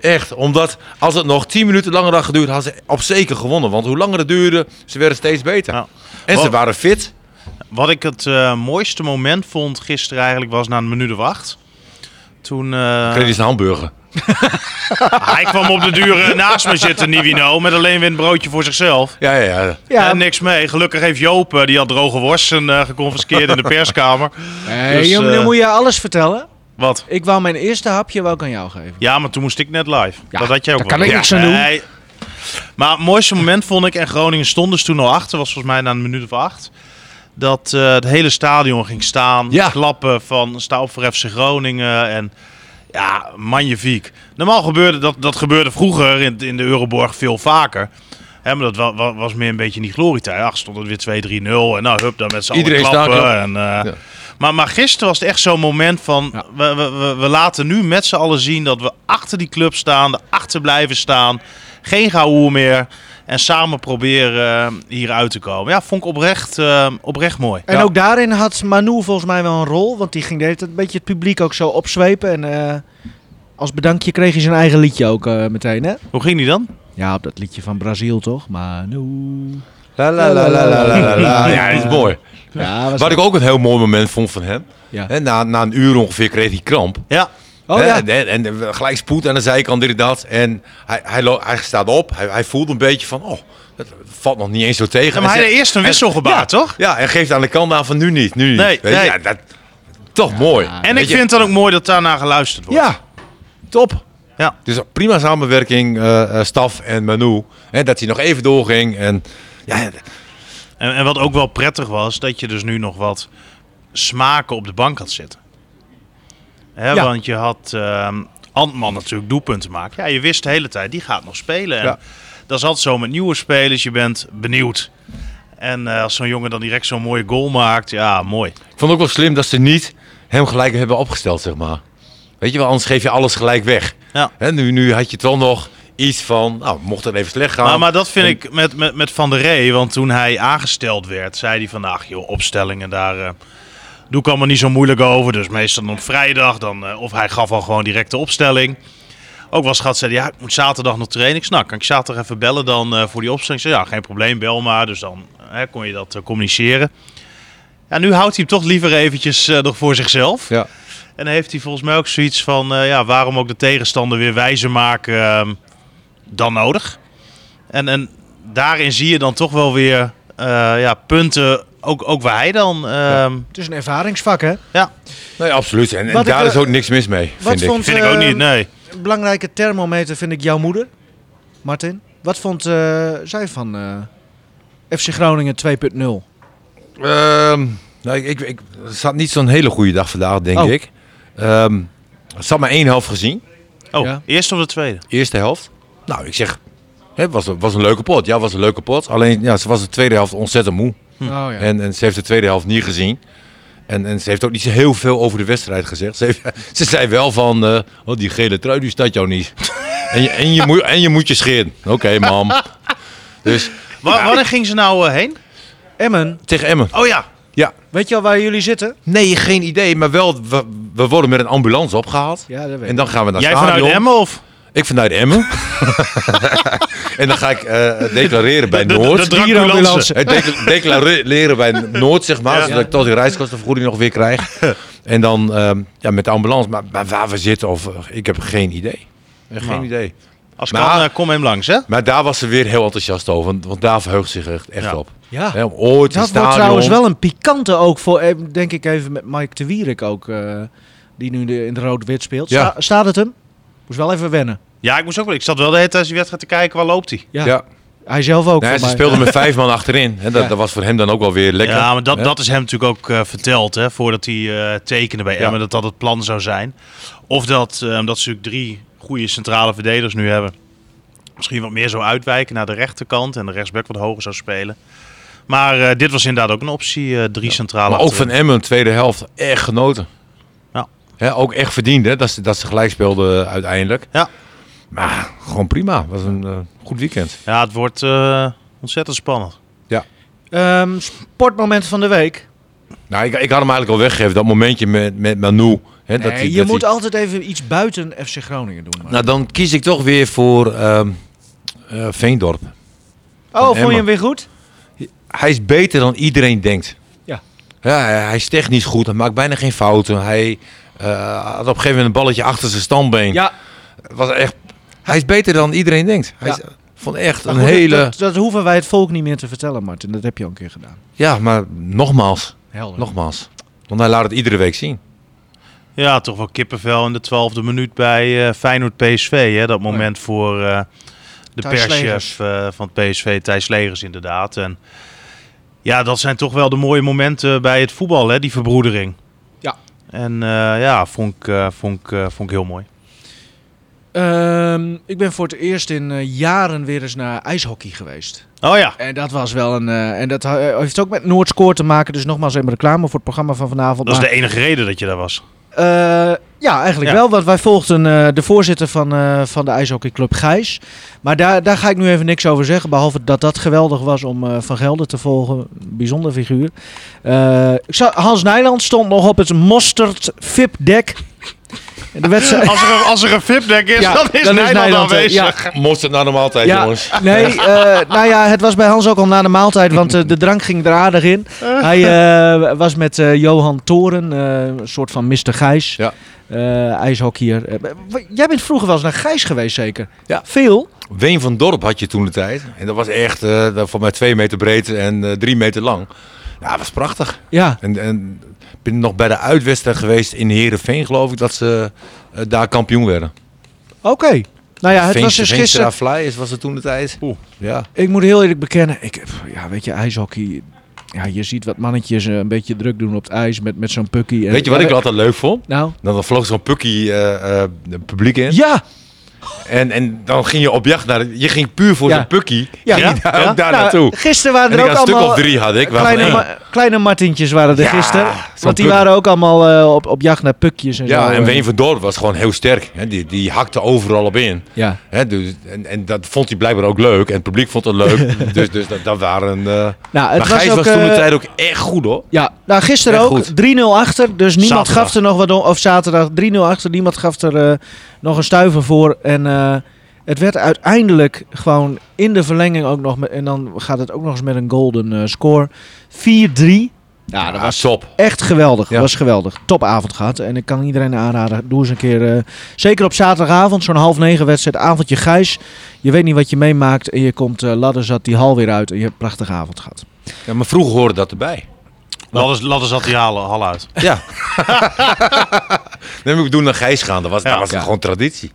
Speaker 4: Echt, omdat als het nog 10 minuten langer had geduurd, hadden ze op zeker gewonnen. Want hoe langer het duurde, ze werden steeds beter.
Speaker 5: Ja.
Speaker 4: En ze
Speaker 5: Wow.
Speaker 4: waren fit.
Speaker 5: Wat ik het eh, mooiste moment vond gisteren eigenlijk was na een minuut of acht. Toen eh,
Speaker 4: Kreeg is een hamburger.
Speaker 5: hij kwam op de duur eh, naast me zitten, Nivino, met alleen weer een broodje voor zichzelf.
Speaker 4: Ja, ja, ja.
Speaker 1: Ja,
Speaker 5: En niks mee. Gelukkig heeft Joop, eh, die had droge worsten eh, geconfiskeerd in de perskamer.
Speaker 1: nee,
Speaker 5: dus,
Speaker 1: joh,
Speaker 5: eh,
Speaker 1: nu moet je alles vertellen.
Speaker 5: Wat?
Speaker 1: Ik wou mijn eerste hapje wel aan jou geven.
Speaker 5: Ja, maar toen moest ik net live.
Speaker 1: Ja,
Speaker 5: dat had jij ook
Speaker 1: daar
Speaker 5: wel.
Speaker 1: kan ik
Speaker 5: Ja.
Speaker 1: niks aan doen.
Speaker 5: Nee. Maar het mooiste moment vond ik, en Groningen stond dus toen al achter, was volgens mij na een minuut of acht, dat eh, het hele stadion ging staan,
Speaker 4: Ja.
Speaker 5: klappen van sta op voor FC Groningen en ja, magnifiek. Normaal gebeurde dat, dat gebeurde vroeger in, in de Euroborg veel vaker. Hè, maar dat wa- wa- was meer een beetje in die glorietijd. Ach, stond het weer 2-3-0 en nou hup, dan met z'n allen
Speaker 4: Iedereen
Speaker 5: klappen.
Speaker 4: staat, ja.
Speaker 5: en, eh,
Speaker 4: Ja.
Speaker 5: maar, maar gisteren was het echt zo'n moment van...
Speaker 1: Ja.
Speaker 5: We, we, we, we laten nu met z'n allen zien dat we achter die club staan. Achter blijven staan. Geen gauw meer. En samen proberen eh, hieruit te komen. Ja, vond ik oprecht, eh, oprecht mooi.
Speaker 1: En ook daarin had Manu volgens mij wel een rol. Want die ging de hele tijd een beetje het publiek ook zo opzwepen. En eh, als bedankje kreeg hij zijn eigen liedje ook eh, meteen, hè?
Speaker 5: Hoe ging die dan?
Speaker 1: Ja, op dat liedje van Brazil, toch? Manu.
Speaker 4: La, la, la, la, la, la, la, la. Ja, dat is mooi.
Speaker 1: Ja, was
Speaker 4: Wat ik ook een heel mooi moment vond van hem.
Speaker 1: Ja.
Speaker 4: Hè, Na, na een uur ongeveer kreeg hij kramp.
Speaker 5: Ja,
Speaker 1: Oh
Speaker 4: Hè,
Speaker 1: ja.
Speaker 4: En, en, en eh, gelijk spoed aan de zijkant, dit en dat. En hij, hij, lo- hij staat op, hij, hij voelt een beetje van, oh, het valt nog niet eens zo tegen.
Speaker 5: Ja, maar
Speaker 4: En
Speaker 5: hij
Speaker 4: ze-
Speaker 5: had eerst een
Speaker 4: en-
Speaker 5: wisselgebaar,
Speaker 4: ja,
Speaker 5: toch?
Speaker 4: Ja, en geeft aan de kant aan van nu niet, nu niet.
Speaker 5: Nee,
Speaker 4: Weet je,
Speaker 5: nee.
Speaker 4: ja, dat, toch mooi.
Speaker 5: en
Speaker 4: Weet
Speaker 5: ik
Speaker 4: je,
Speaker 5: vind dan ook mooi dat daarna geluisterd wordt.
Speaker 4: Ja, top.
Speaker 5: Ja.
Speaker 4: Dus prima samenwerking, eh, eh, staf en Manu. Hè, dat hij nog even doorging. En, ja,
Speaker 5: En, en wat ook wel prettig was, dat je dus nu nog wat smaken op de bank had zitten. Hè,
Speaker 1: Ja.
Speaker 5: Want je had ehm, Antman natuurlijk doelpunten maken. Ja, je wist de hele tijd, die gaat nog spelen. En
Speaker 4: Ja.
Speaker 5: Dat is altijd zo met nieuwe spelers, je bent benieuwd. En eh, als zo'n jongen dan direct zo'n mooie goal maakt, ja, mooi.
Speaker 4: ik vond het ook wel slim dat ze niet hem gelijk hebben opgesteld, zeg maar. Weet je wel, anders geef je alles gelijk weg.
Speaker 5: Ja.
Speaker 4: Hè, nu, nu had je toch nog iets van, nou, mocht het even slecht gaan.
Speaker 5: Maar, maar dat vind ik met, met, met Van der Rey, want toen hij aangesteld werd, zei hij vandaag, joh, opstellingen daar eh, doe ik allemaal niet zo moeilijk over. Dus meestal op vrijdag, dan, eh, of hij gaf al gewoon direct de opstelling. Ook was schat, zei hij, ja, ik moet zaterdag nog trainen. Ik snap, kan ik zaterdag even bellen dan eh, voor die opstelling? Ik zei, ja, geen probleem, bel maar. Dus dan hè, kon je dat eh, communiceren. Ja, nu houdt hij hem toch liever eventjes eh, nog voor zichzelf.
Speaker 4: Ja.
Speaker 5: En heeft hij volgens mij ook zoiets van, eh, ja, waarom ook de tegenstander weer wijzer maken eh, dan nodig. En, en daarin zie je dan toch wel weer eh, ja, punten, ook, ook waar hij dan... ehm,
Speaker 1: Het is een ervaringsvak, hè?
Speaker 4: Nee, absoluut. En, en
Speaker 1: Wat ik,
Speaker 4: daar
Speaker 1: eh,
Speaker 4: is ook niks mis mee,
Speaker 1: Wat
Speaker 4: vind ik.
Speaker 1: vond,
Speaker 5: Vind ik ook
Speaker 1: eh,
Speaker 5: niet, nee.
Speaker 1: Een belangrijke thermometer vind ik jouw moeder, Martin. Wat vond eh, zij van eh, FC Groningen 2.0?
Speaker 4: Ehm, nou, ik, ik, ik het zat niet zo'n hele goede dag vandaag, denk
Speaker 1: Oh.
Speaker 4: ik. Ehm het zat maar één helft gezien,
Speaker 5: Oh,
Speaker 1: Ja.
Speaker 5: eerst of de tweede?
Speaker 4: eerste helft. Nou, ik zeg, het was, een- was een leuke pot. Ja, was een leuke pot. Alleen, ja, ze was de tweede helft ontzettend moe.
Speaker 1: Oh ja.
Speaker 4: En, en ze heeft de tweede helft niet gezien. En, en ze heeft ook niet zo heel veel over de wedstrijd gezegd. Ze, heeft, ze zei wel van, eh, oh, die gele trui, die staat jou niet. en, je, en, je moet, en je moet je scheren. Oké, mam. Dus
Speaker 5: Wa- Wanneer ging ze nou eh, heen?
Speaker 1: Emmen,
Speaker 4: tegen Emmen.
Speaker 5: Oh ja.
Speaker 4: Ja,
Speaker 1: weet je al waar jullie zitten?
Speaker 4: nee, geen idee. Maar wel, we, we worden met een ambulance opgehaald.
Speaker 1: Ja, dat weet
Speaker 4: En dan gaan we naar
Speaker 5: Jij
Speaker 4: stadion.
Speaker 5: vanuit Emmen of?
Speaker 4: Ik vanuit Emmen. en dan ga ik eh, declareren bij
Speaker 5: De- de- de
Speaker 4: Noord.
Speaker 5: drankambulance.
Speaker 4: Eh, decla- declareren bij Noord, zeg maar. Zodat ik toch die reiskostenvergoeding nog weer krijg. en dan ehm, ja, met de ambulance. Maar, maar waar we zitten, of, eh, ik heb geen idee. Eh, Geen
Speaker 5: Nou.
Speaker 4: idee.
Speaker 5: Als
Speaker 4: Maar-
Speaker 5: kan, eh, kom hem langs, hè?
Speaker 4: Maar daar was ze weer heel enthousiast over. Want, want daar verheugt ze zich echt, echt
Speaker 5: Ja.
Speaker 4: op.
Speaker 1: Ja.
Speaker 4: Hè, om ooit
Speaker 1: Dat
Speaker 4: een stadion...
Speaker 1: wordt trouwens wel een pikante ook voor, eh, denk ik even met Mike de Wierik ook, eh, die nu de, in de rood-wit speelt.
Speaker 4: Ja.
Speaker 1: Sta- staat het hem? Moest wel even wennen.
Speaker 5: Ja, ik moest ook wel. Ik zat wel de hele tijd als die wedstrijd te kijken, waar loopt hij?
Speaker 1: Ja.
Speaker 4: Ja.
Speaker 1: Hij zelf ook.
Speaker 4: Nee,
Speaker 1: voor
Speaker 4: ze
Speaker 1: mij.
Speaker 4: speelden met vijf man achterin. Hè, dat,
Speaker 1: Ja.
Speaker 4: dat was voor hem dan ook wel weer lekker.
Speaker 5: Ja, maar dat,
Speaker 4: Hè?
Speaker 5: dat is hem natuurlijk ook eh, verteld, hè, voordat hij eh, tekende bij Emmen, dat dat het plan zou zijn. Of dat, eh, omdat ze natuurlijk drie goede centrale verdedigers nu hebben, misschien wat meer zou uitwijken naar de rechterkant en de rechtsback wat hoger zou spelen. Maar eh, dit was inderdaad ook een optie, eh, drie centrale.
Speaker 4: Maar ook van
Speaker 5: achterin.
Speaker 4: Emmen, tweede helft, echt genoten.
Speaker 5: Ja.
Speaker 4: Hè, ook echt verdiend, hè, dat, ze, dat ze gelijk speelden uiteindelijk.
Speaker 5: Ja.
Speaker 4: Maar gewoon prima. was een eh, goed weekend.
Speaker 5: Ja, het wordt eh, ontzettend spannend.
Speaker 1: Ehm, sportmoment van de week.
Speaker 4: Nou, ik, ik had hem eigenlijk al weggegeven, dat momentje met, met Manu. Hè, dat
Speaker 1: Nee,
Speaker 4: hij-
Speaker 1: je
Speaker 4: dat
Speaker 1: moet
Speaker 4: hij-
Speaker 1: altijd even iets buiten FC Groningen doen. maar.
Speaker 4: Nou, dan kies ik toch weer voor ehm, eh, Veendorp.
Speaker 1: oh, vond
Speaker 4: Emma.
Speaker 1: je hem weer goed?
Speaker 4: Hij is beter dan iedereen denkt.
Speaker 1: Ja.
Speaker 4: Ja, hij- hij is technisch goed, hij maakt bijna geen fouten. Hij eh, had op een gegeven moment een balletje achter zijn standbeen.
Speaker 1: Ja.
Speaker 4: was echt. Hij is beter dan iedereen denkt. Hij
Speaker 1: Ja.
Speaker 4: is van echt
Speaker 1: Maar
Speaker 4: een
Speaker 1: goed, dat-
Speaker 4: hele.
Speaker 1: dat, dat hoeven wij het volk niet meer te vertellen, Martin. Dat heb je al een keer gedaan.
Speaker 4: Ja, maar nogmaals,
Speaker 1: Helder.
Speaker 4: nogmaals. Want hij laat het iedere week zien.
Speaker 5: Ja, toch wel kippenvel in de twaalfde minuut bij eh Feyenoord PSV. Hè? Dat moment voor eh, de
Speaker 1: Oh Thijs
Speaker 5: perschef
Speaker 1: Legers.
Speaker 5: eh, van het PSV, Thijs Legers inderdaad. En ja, dat zijn toch wel de mooie momenten bij het voetbal, hè? die verbroedering.
Speaker 1: Ja.
Speaker 5: En eh, ja, vond ik, eh, vond, ik, eh, vond ik heel mooi.
Speaker 1: Ehm, ik ben voor het eerst in eh, jaren weer eens naar ijshockey geweest.
Speaker 5: Oh ja,
Speaker 1: En dat was wel een. eh, en dat ha- heeft ook met Noordscore te maken. Dus nogmaals even reclame voor het programma van vanavond.
Speaker 5: dat is
Speaker 1: Maar,
Speaker 5: de enige reden dat je daar was.
Speaker 1: eh, ja, eigenlijk
Speaker 5: Ja.
Speaker 1: wel. Want wij volgden eh, de voorzitter van, eh, van de ijshockeyclub Gijs. Maar daar, daar ga ik nu even niks over zeggen. Behalve dat dat geweldig was om eh, Van Gelder te volgen. Bijzonder figuur. Eh, ik zag- Hans Nijland stond nog op het mosterd VIP-dek. De wedstrijd.
Speaker 5: Als er, als er een VIP-deck is,
Speaker 1: Ja,
Speaker 5: dan is Nederland,
Speaker 1: eh,
Speaker 5: aanwezig.
Speaker 1: ja,
Speaker 4: Moest het nou normaal tijd, jongens.
Speaker 1: Nee, eh, nou ja, het was bij Hans ook al na de maaltijd, want eh, de drank ging er aardig in. Hij eh, was met eh, Johan Toren, eh, een soort van Mr. Gijs,
Speaker 4: Ja.
Speaker 1: eh, ijshockeyer. Eh, w- jij bent vroeger wel eens naar Gijs geweest, zeker?
Speaker 4: Ja.
Speaker 1: Veel?
Speaker 4: Ween van Dorp had je toen de tijd. En dat was echt eh voor mij twee meter breed en eh, drie meter lang. Ja, dat was prachtig.
Speaker 1: Ja.
Speaker 4: En, en ik ben nog bij de uitwedstrijd geweest in Herenveen, geloof ik, dat ze eh, daar kampioen werden.
Speaker 1: Oké. Nou ja, het was dus gisteren.
Speaker 4: Fly is, was het toen de tijd.
Speaker 5: Oeh.
Speaker 4: Ja.
Speaker 1: Ik moet heel eerlijk bekennen, ik heb, ja, weet je, ijshockey. Ja, je ziet wat mannetjes eh, een beetje druk doen op het ijs met, met zo'n pukkie. en-
Speaker 4: Weet je wat ik altijd leuk vond?
Speaker 1: Nou,
Speaker 4: Dan vloog zo'n pukkie eh, eh, het publiek in.
Speaker 1: ja,
Speaker 4: En, en dan ging je op jacht naar... Je ging puur voor
Speaker 1: Ja.
Speaker 4: zo'n pukkie.
Speaker 1: Ja.
Speaker 4: Ging je daar
Speaker 1: Ja.
Speaker 4: ook daar
Speaker 1: Nou,
Speaker 4: naartoe.
Speaker 1: Gisteren waren
Speaker 4: En
Speaker 1: er
Speaker 4: ik
Speaker 1: ook
Speaker 4: had een stuk
Speaker 1: allemaal
Speaker 4: of drie had ik. waarvan
Speaker 1: Eh, kleine,
Speaker 4: één-
Speaker 1: ma- kleine Martientjes waren er
Speaker 4: Ja,
Speaker 1: gisteren.
Speaker 4: zo'n
Speaker 1: Want die
Speaker 4: puk-
Speaker 1: waren ook allemaal eh, op, op jacht naar pukjes en zo.
Speaker 4: Ja, en
Speaker 1: eh.
Speaker 4: Wayne van Dorp was gewoon heel sterk. hè. Die, die hakte overal op in.
Speaker 1: Ja.
Speaker 4: hè. dus, en, en dat vond hij blijkbaar ook leuk. En het publiek vond het leuk. dus dus dat, dat waren... eh,
Speaker 1: Nou, het
Speaker 4: maar Gijs
Speaker 1: was
Speaker 4: was,
Speaker 1: ook...
Speaker 4: toen de
Speaker 1: eh,
Speaker 4: tijd ook echt goed hoor.
Speaker 1: ja, nou, gisteren
Speaker 4: Echt
Speaker 1: ook.
Speaker 4: goed.
Speaker 1: 3-0 achter. Dus niemand
Speaker 4: Zaterdag.
Speaker 1: gaf er nog wat om. Of zaterdag 3-0 achter. Niemand gaf er eh, nog een stuiver voor. En eh, het werd uiteindelijk gewoon in de verlenging ook nog... Met, en dan gaat het ook nog eens met een golden eh, score. 4-3. Ja, dat was
Speaker 4: top.
Speaker 1: Echt geweldig.
Speaker 4: Ja.
Speaker 1: was geweldig. Topavond gehad. En ik kan iedereen aanraden. Doe eens een keer. eh, zeker op zaterdagavond, zo'n half negen wedstrijd. Avondje Gijs. Je weet niet wat je meemaakt. En je komt eh ladderzat die hal weer uit. En je hebt een prachtige avond gehad.
Speaker 4: Ja, maar vroeger hoorde dat erbij.
Speaker 5: Ladders, ladders had die halen, hal uit.
Speaker 4: Ja. nee, maar ik bedoel naar Gijs gaan. Dat was,
Speaker 5: Ja.
Speaker 4: dat was
Speaker 1: Ja.
Speaker 4: gewoon traditie.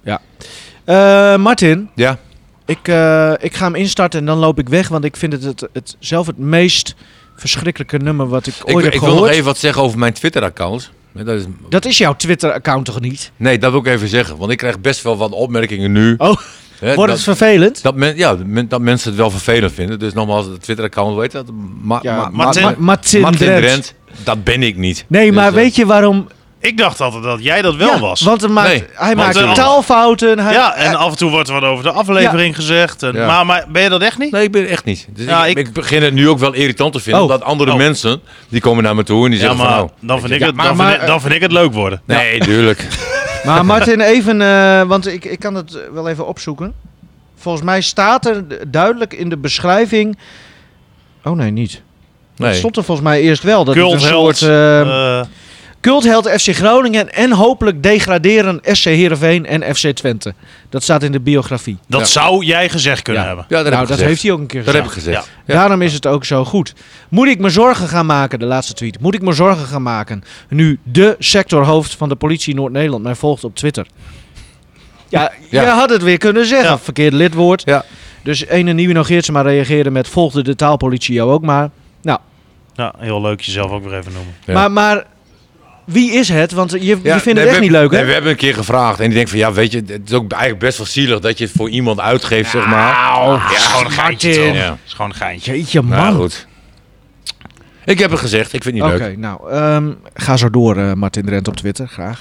Speaker 1: Eh, Martin,
Speaker 4: Ja.
Speaker 1: ik, eh, ik ga hem instarten en dan loop ik weg. Want ik vind het, het, het zelf het meest verschrikkelijke nummer wat ik ooit
Speaker 4: Ik,
Speaker 1: heb
Speaker 4: ik wil
Speaker 1: gehoord.
Speaker 4: nog even wat zeggen over mijn Twitter-account. Nee, Dat is,
Speaker 1: Dat is jouw Twitter-account toch niet?
Speaker 4: nee, dat wil ik even zeggen. Want ik krijg best wel wat opmerkingen nu.
Speaker 1: Oh,
Speaker 4: Hè,
Speaker 1: wordt
Speaker 4: dat,
Speaker 1: het vervelend?
Speaker 4: dat, men, ja, men- dat mensen het wel vervelend vinden. Dus nogmaals, het Twitter-account, weet dat? Ma,
Speaker 1: Ja,
Speaker 4: ma-
Speaker 5: Martin-
Speaker 4: ma-
Speaker 1: Ma- Martin,
Speaker 4: Martin
Speaker 1: Drent.
Speaker 4: Drent. Dat ben ik niet.
Speaker 1: Nee,
Speaker 4: Dus,
Speaker 1: maar
Speaker 4: eh,
Speaker 1: weet je waarom
Speaker 5: Ik dacht altijd dat jij dat wel
Speaker 1: Ja,
Speaker 5: was.
Speaker 1: Want hij maakt,
Speaker 4: Nee,
Speaker 1: hij
Speaker 4: want eh,
Speaker 1: maakt
Speaker 5: er-
Speaker 1: taalfouten. Hij,
Speaker 5: ja, en af en toe wordt er wat over de aflevering gezegd. En,
Speaker 4: Ja.
Speaker 5: maar, maar ben je dat echt niet?
Speaker 4: Nee, ik ben echt niet. Dus
Speaker 5: Ja,
Speaker 4: ik,
Speaker 5: ik-
Speaker 4: ik begin het nu ook wel irritant te vinden.
Speaker 1: Oh.
Speaker 4: Omdat andere
Speaker 5: Oh.
Speaker 4: mensen, die komen naar me toe en
Speaker 5: Ja,
Speaker 4: die zeggen
Speaker 5: maar
Speaker 4: van nou...
Speaker 5: dan vind ik
Speaker 1: Ja,
Speaker 5: het-
Speaker 1: maar-
Speaker 5: dan vind
Speaker 1: maar,
Speaker 5: ik- dan vind ik het leuk worden.
Speaker 4: Nee, tuurlijk.
Speaker 1: Maar Martin, even, eh, want ik, ik kan het wel even opzoeken. Volgens mij staat er duidelijk in de beschrijving. Oh nee, niet. Dat
Speaker 4: Nee.
Speaker 1: stond er volgens mij eerst wel. Dat het een
Speaker 5: Cultheld,
Speaker 1: soort eh,
Speaker 5: eh,
Speaker 1: cultheld FC Groningen en hopelijk degraderen SC Heerenveen en FC Twente. Dat staat in de biografie.
Speaker 5: dat
Speaker 4: Ja.
Speaker 5: zou jij gezegd kunnen
Speaker 1: Ja.
Speaker 5: hebben.
Speaker 4: Ja, dat heb
Speaker 1: nou,
Speaker 4: ik
Speaker 1: dat
Speaker 4: gezegd.
Speaker 1: heeft hij ook een keer
Speaker 4: Dat
Speaker 1: gezegd.
Speaker 4: heb ik gezegd. Ja.
Speaker 1: Daarom is het ook zo goed. Moet ik me zorgen gaan maken, de laatste tweet. Moet ik me zorgen gaan maken? Nu de sectorhoofd van de politie Noord-Nederland mij volgt op Twitter. Ja,
Speaker 4: Ja.
Speaker 1: je had het weer kunnen zeggen.
Speaker 5: Ja.
Speaker 1: Verkeerd lidwoord.
Speaker 4: Ja.
Speaker 1: Dus ene Nieuwe Geertsma reageerde met volgde de taalpolitie jou ook maar.
Speaker 5: Ja, heel leuk jezelf ook weer even noemen.
Speaker 4: Ja.
Speaker 1: Maar, maar wie is het? Want je, je
Speaker 4: Ja,
Speaker 1: vindt het
Speaker 4: nee,
Speaker 1: echt
Speaker 4: we-
Speaker 1: niet leuk, hè?
Speaker 4: nee, we hebben een keer gevraagd. En die denkt van, ja, weet je, het is ook eigenlijk best wel zielig dat je het voor iemand uitgeeft, zeg maar.
Speaker 1: Ah,
Speaker 5: ja, gewoon een geintje
Speaker 1: Martin.
Speaker 5: toch?
Speaker 4: Ja.
Speaker 5: Is gewoon een geintje.
Speaker 1: Jeetje Nou. man.
Speaker 4: Maar Nou, goed. Ik heb het gezegd, ik vind het
Speaker 1: Oké,
Speaker 4: niet leuk.
Speaker 1: nou, ehm, ga zo door, eh, Martin Drent op Twitter, graag.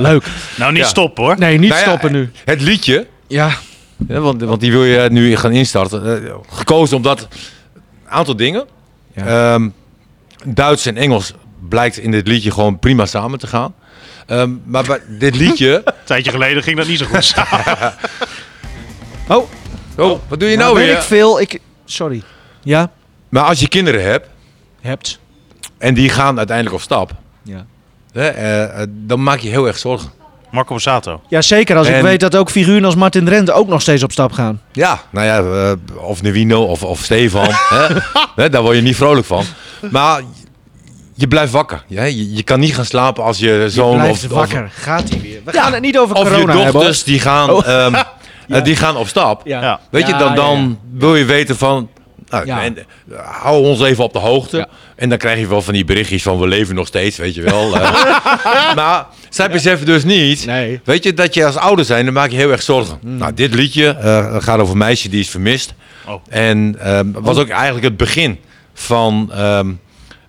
Speaker 1: leuk.
Speaker 5: Nou, niet
Speaker 4: Ja.
Speaker 5: stoppen hoor.
Speaker 1: Nee, niet
Speaker 4: Nou ja,
Speaker 1: stoppen nu.
Speaker 4: Het liedje,
Speaker 1: Ja,
Speaker 4: hè, want, want die wil je nu gaan instarten. eh, Gekozen omdat een aantal dingen.
Speaker 1: Ja.
Speaker 4: Ehm, Duits en Engels blijkt in dit liedje gewoon prima samen te gaan. Ehm, maar bij dit liedje...
Speaker 5: Een tijdje geleden ging dat niet zo goed samen.
Speaker 4: Oh, wat doe je nou
Speaker 1: weet
Speaker 4: weer?
Speaker 1: ik veel. Ik, sorry. Ja?
Speaker 4: Maar als je kinderen hebt,
Speaker 1: Hebt.
Speaker 4: en die gaan uiteindelijk op stap...
Speaker 1: Ja.
Speaker 4: Hè, eh, eh, dan maak je heel erg zorgen.
Speaker 5: Marco Borsato.
Speaker 1: Ja, zeker. Als ik
Speaker 4: En-
Speaker 1: weet dat ook figuren als Martin Drent ook nog steeds op stap gaan.
Speaker 4: Ja, nou ja, eh, of Newino of, of Stefan. hè? Hè, daar word je niet vrolijk van. Maar je blijft wakker. Ja? Je, je kan niet gaan slapen als je
Speaker 1: Je
Speaker 4: zoon
Speaker 1: blijft
Speaker 4: of, of,
Speaker 1: wakker. Gaat hij weer. We gaan het niet over
Speaker 4: of je
Speaker 1: corona hebben. hoor. Oh.
Speaker 4: dochters die gaan, ehm, eh, die gaan op stap.
Speaker 1: Ja.
Speaker 5: Ja.
Speaker 4: Weet je,
Speaker 1: Ja,
Speaker 4: dan,
Speaker 1: ja,
Speaker 4: dan wil je weten van... Nou,
Speaker 1: Ja.
Speaker 4: en, eh, hou ons even op de hoogte.
Speaker 1: Ja.
Speaker 4: En dan krijg je wel van die berichtjes van we leven nog steeds, weet je wel. eh. maar zij beseffen dus niet
Speaker 1: Nee. Hmm.
Speaker 4: Weet je, dat je als ouder zijn, dan maak je heel erg zorgen. Nou, dit liedje eh, gaat over een meisje die is vermist.
Speaker 5: Oh.
Speaker 4: En ehm, was ook eigenlijk het begin van ehm,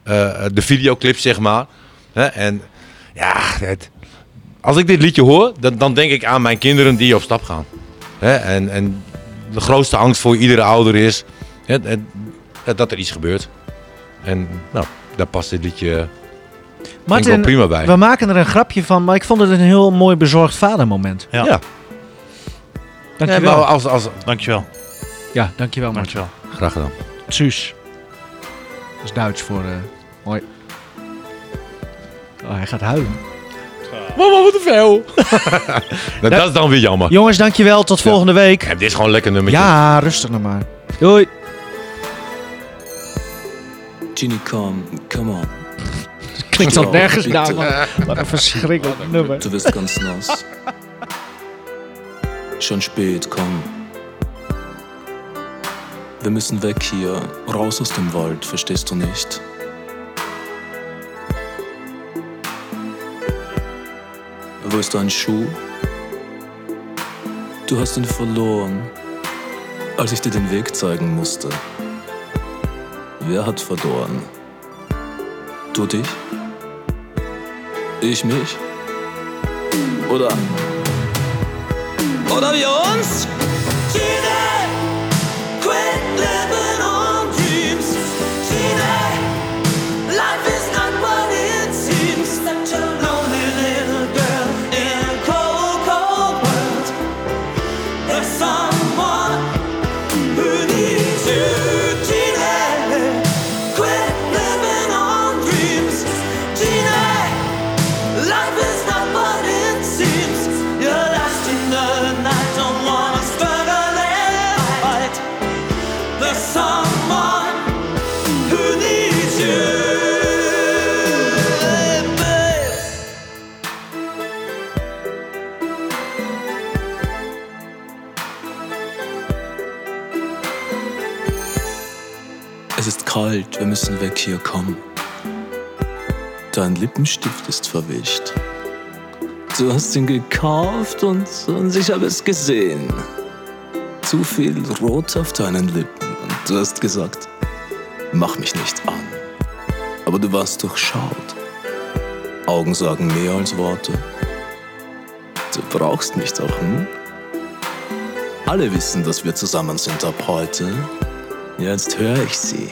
Speaker 4: eh, de videoclip, zeg maar. Hè, en ja, het, als ik dit liedje hoor, dan, dan denk ik aan mijn kinderen die op stap gaan. Hè, en, en de grootste angst voor iedere ouder is hè, het- het- dat er iets gebeurt. En nou, daar past dit liedje eh, denk ik wel
Speaker 1: Martin,
Speaker 4: prima bij.
Speaker 1: we maken er een grapje van, maar ik vond het een heel mooi bezorgd vadermoment.
Speaker 5: Ja.
Speaker 4: Ja. Ja,
Speaker 1: Dankjewel.
Speaker 4: maar als, als,
Speaker 5: Dankjewel.
Speaker 1: ja, dankjewel Martin.
Speaker 5: Dankjewel.
Speaker 4: graag gedaan.
Speaker 1: Tsuus. Dat is Duits voor... eh hoi. Oh, hij gaat huilen.
Speaker 4: Mama, wat te veel. nou, dat is dan weer jammer.
Speaker 1: Jongens, dankjewel. Tot volgende week.
Speaker 4: Ja, dit is gewoon een lekker nummertje.
Speaker 1: Ja, rustig nou maar. Doei.
Speaker 2: Ginny, come, come on.
Speaker 1: Klinkt
Speaker 2: al nergens naar, man.
Speaker 1: Wat een verschrikkelijk nummer.
Speaker 2: Du wirst ganz nass. schon spät, komm. Wir müssen weg hier, raus aus dem Wald, verstehst du nicht? Wo ist dein Schuh? Du hast ihn verloren, als ich dir den Weg zeigen musste. Wer hat verloren? Du dich? Ich mich? Oder? Oder wir uns? Tine, quit living on dreams. Tine, life is not what it seems. Such a lonely little girl in a cold, cold world. There's someone who needs you. Tine, quit living on dreams. Tine. Life is not what it seems. You're lost in the night. Don't wanna struggle and fight. There's someone who needs you, babe. Es ist kalt, wir müssen weg hier, komm. Dein Lippenstift ist verwischt. Du hast ihn gekauft und, und ich habe es gesehen. Zu viel Rot auf deinen Lippen und du hast gesagt, mach mich nicht an. Aber du warst durchschaut. Augen sagen mehr als Worte. Du brauchst mich doch, hm? Alle wissen, dass wir zusammen sind ab heute. Jetzt höre ich sie.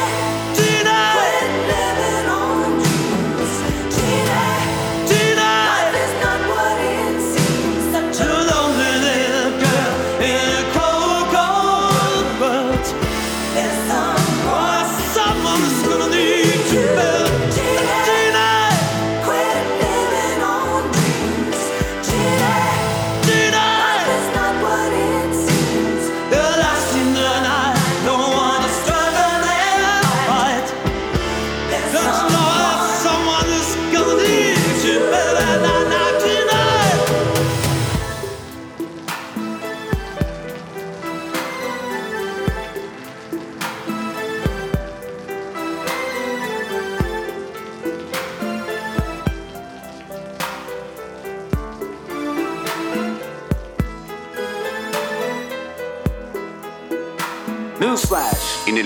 Speaker 2: Oh, Someone's gonna need you, Tina.
Speaker 6: In den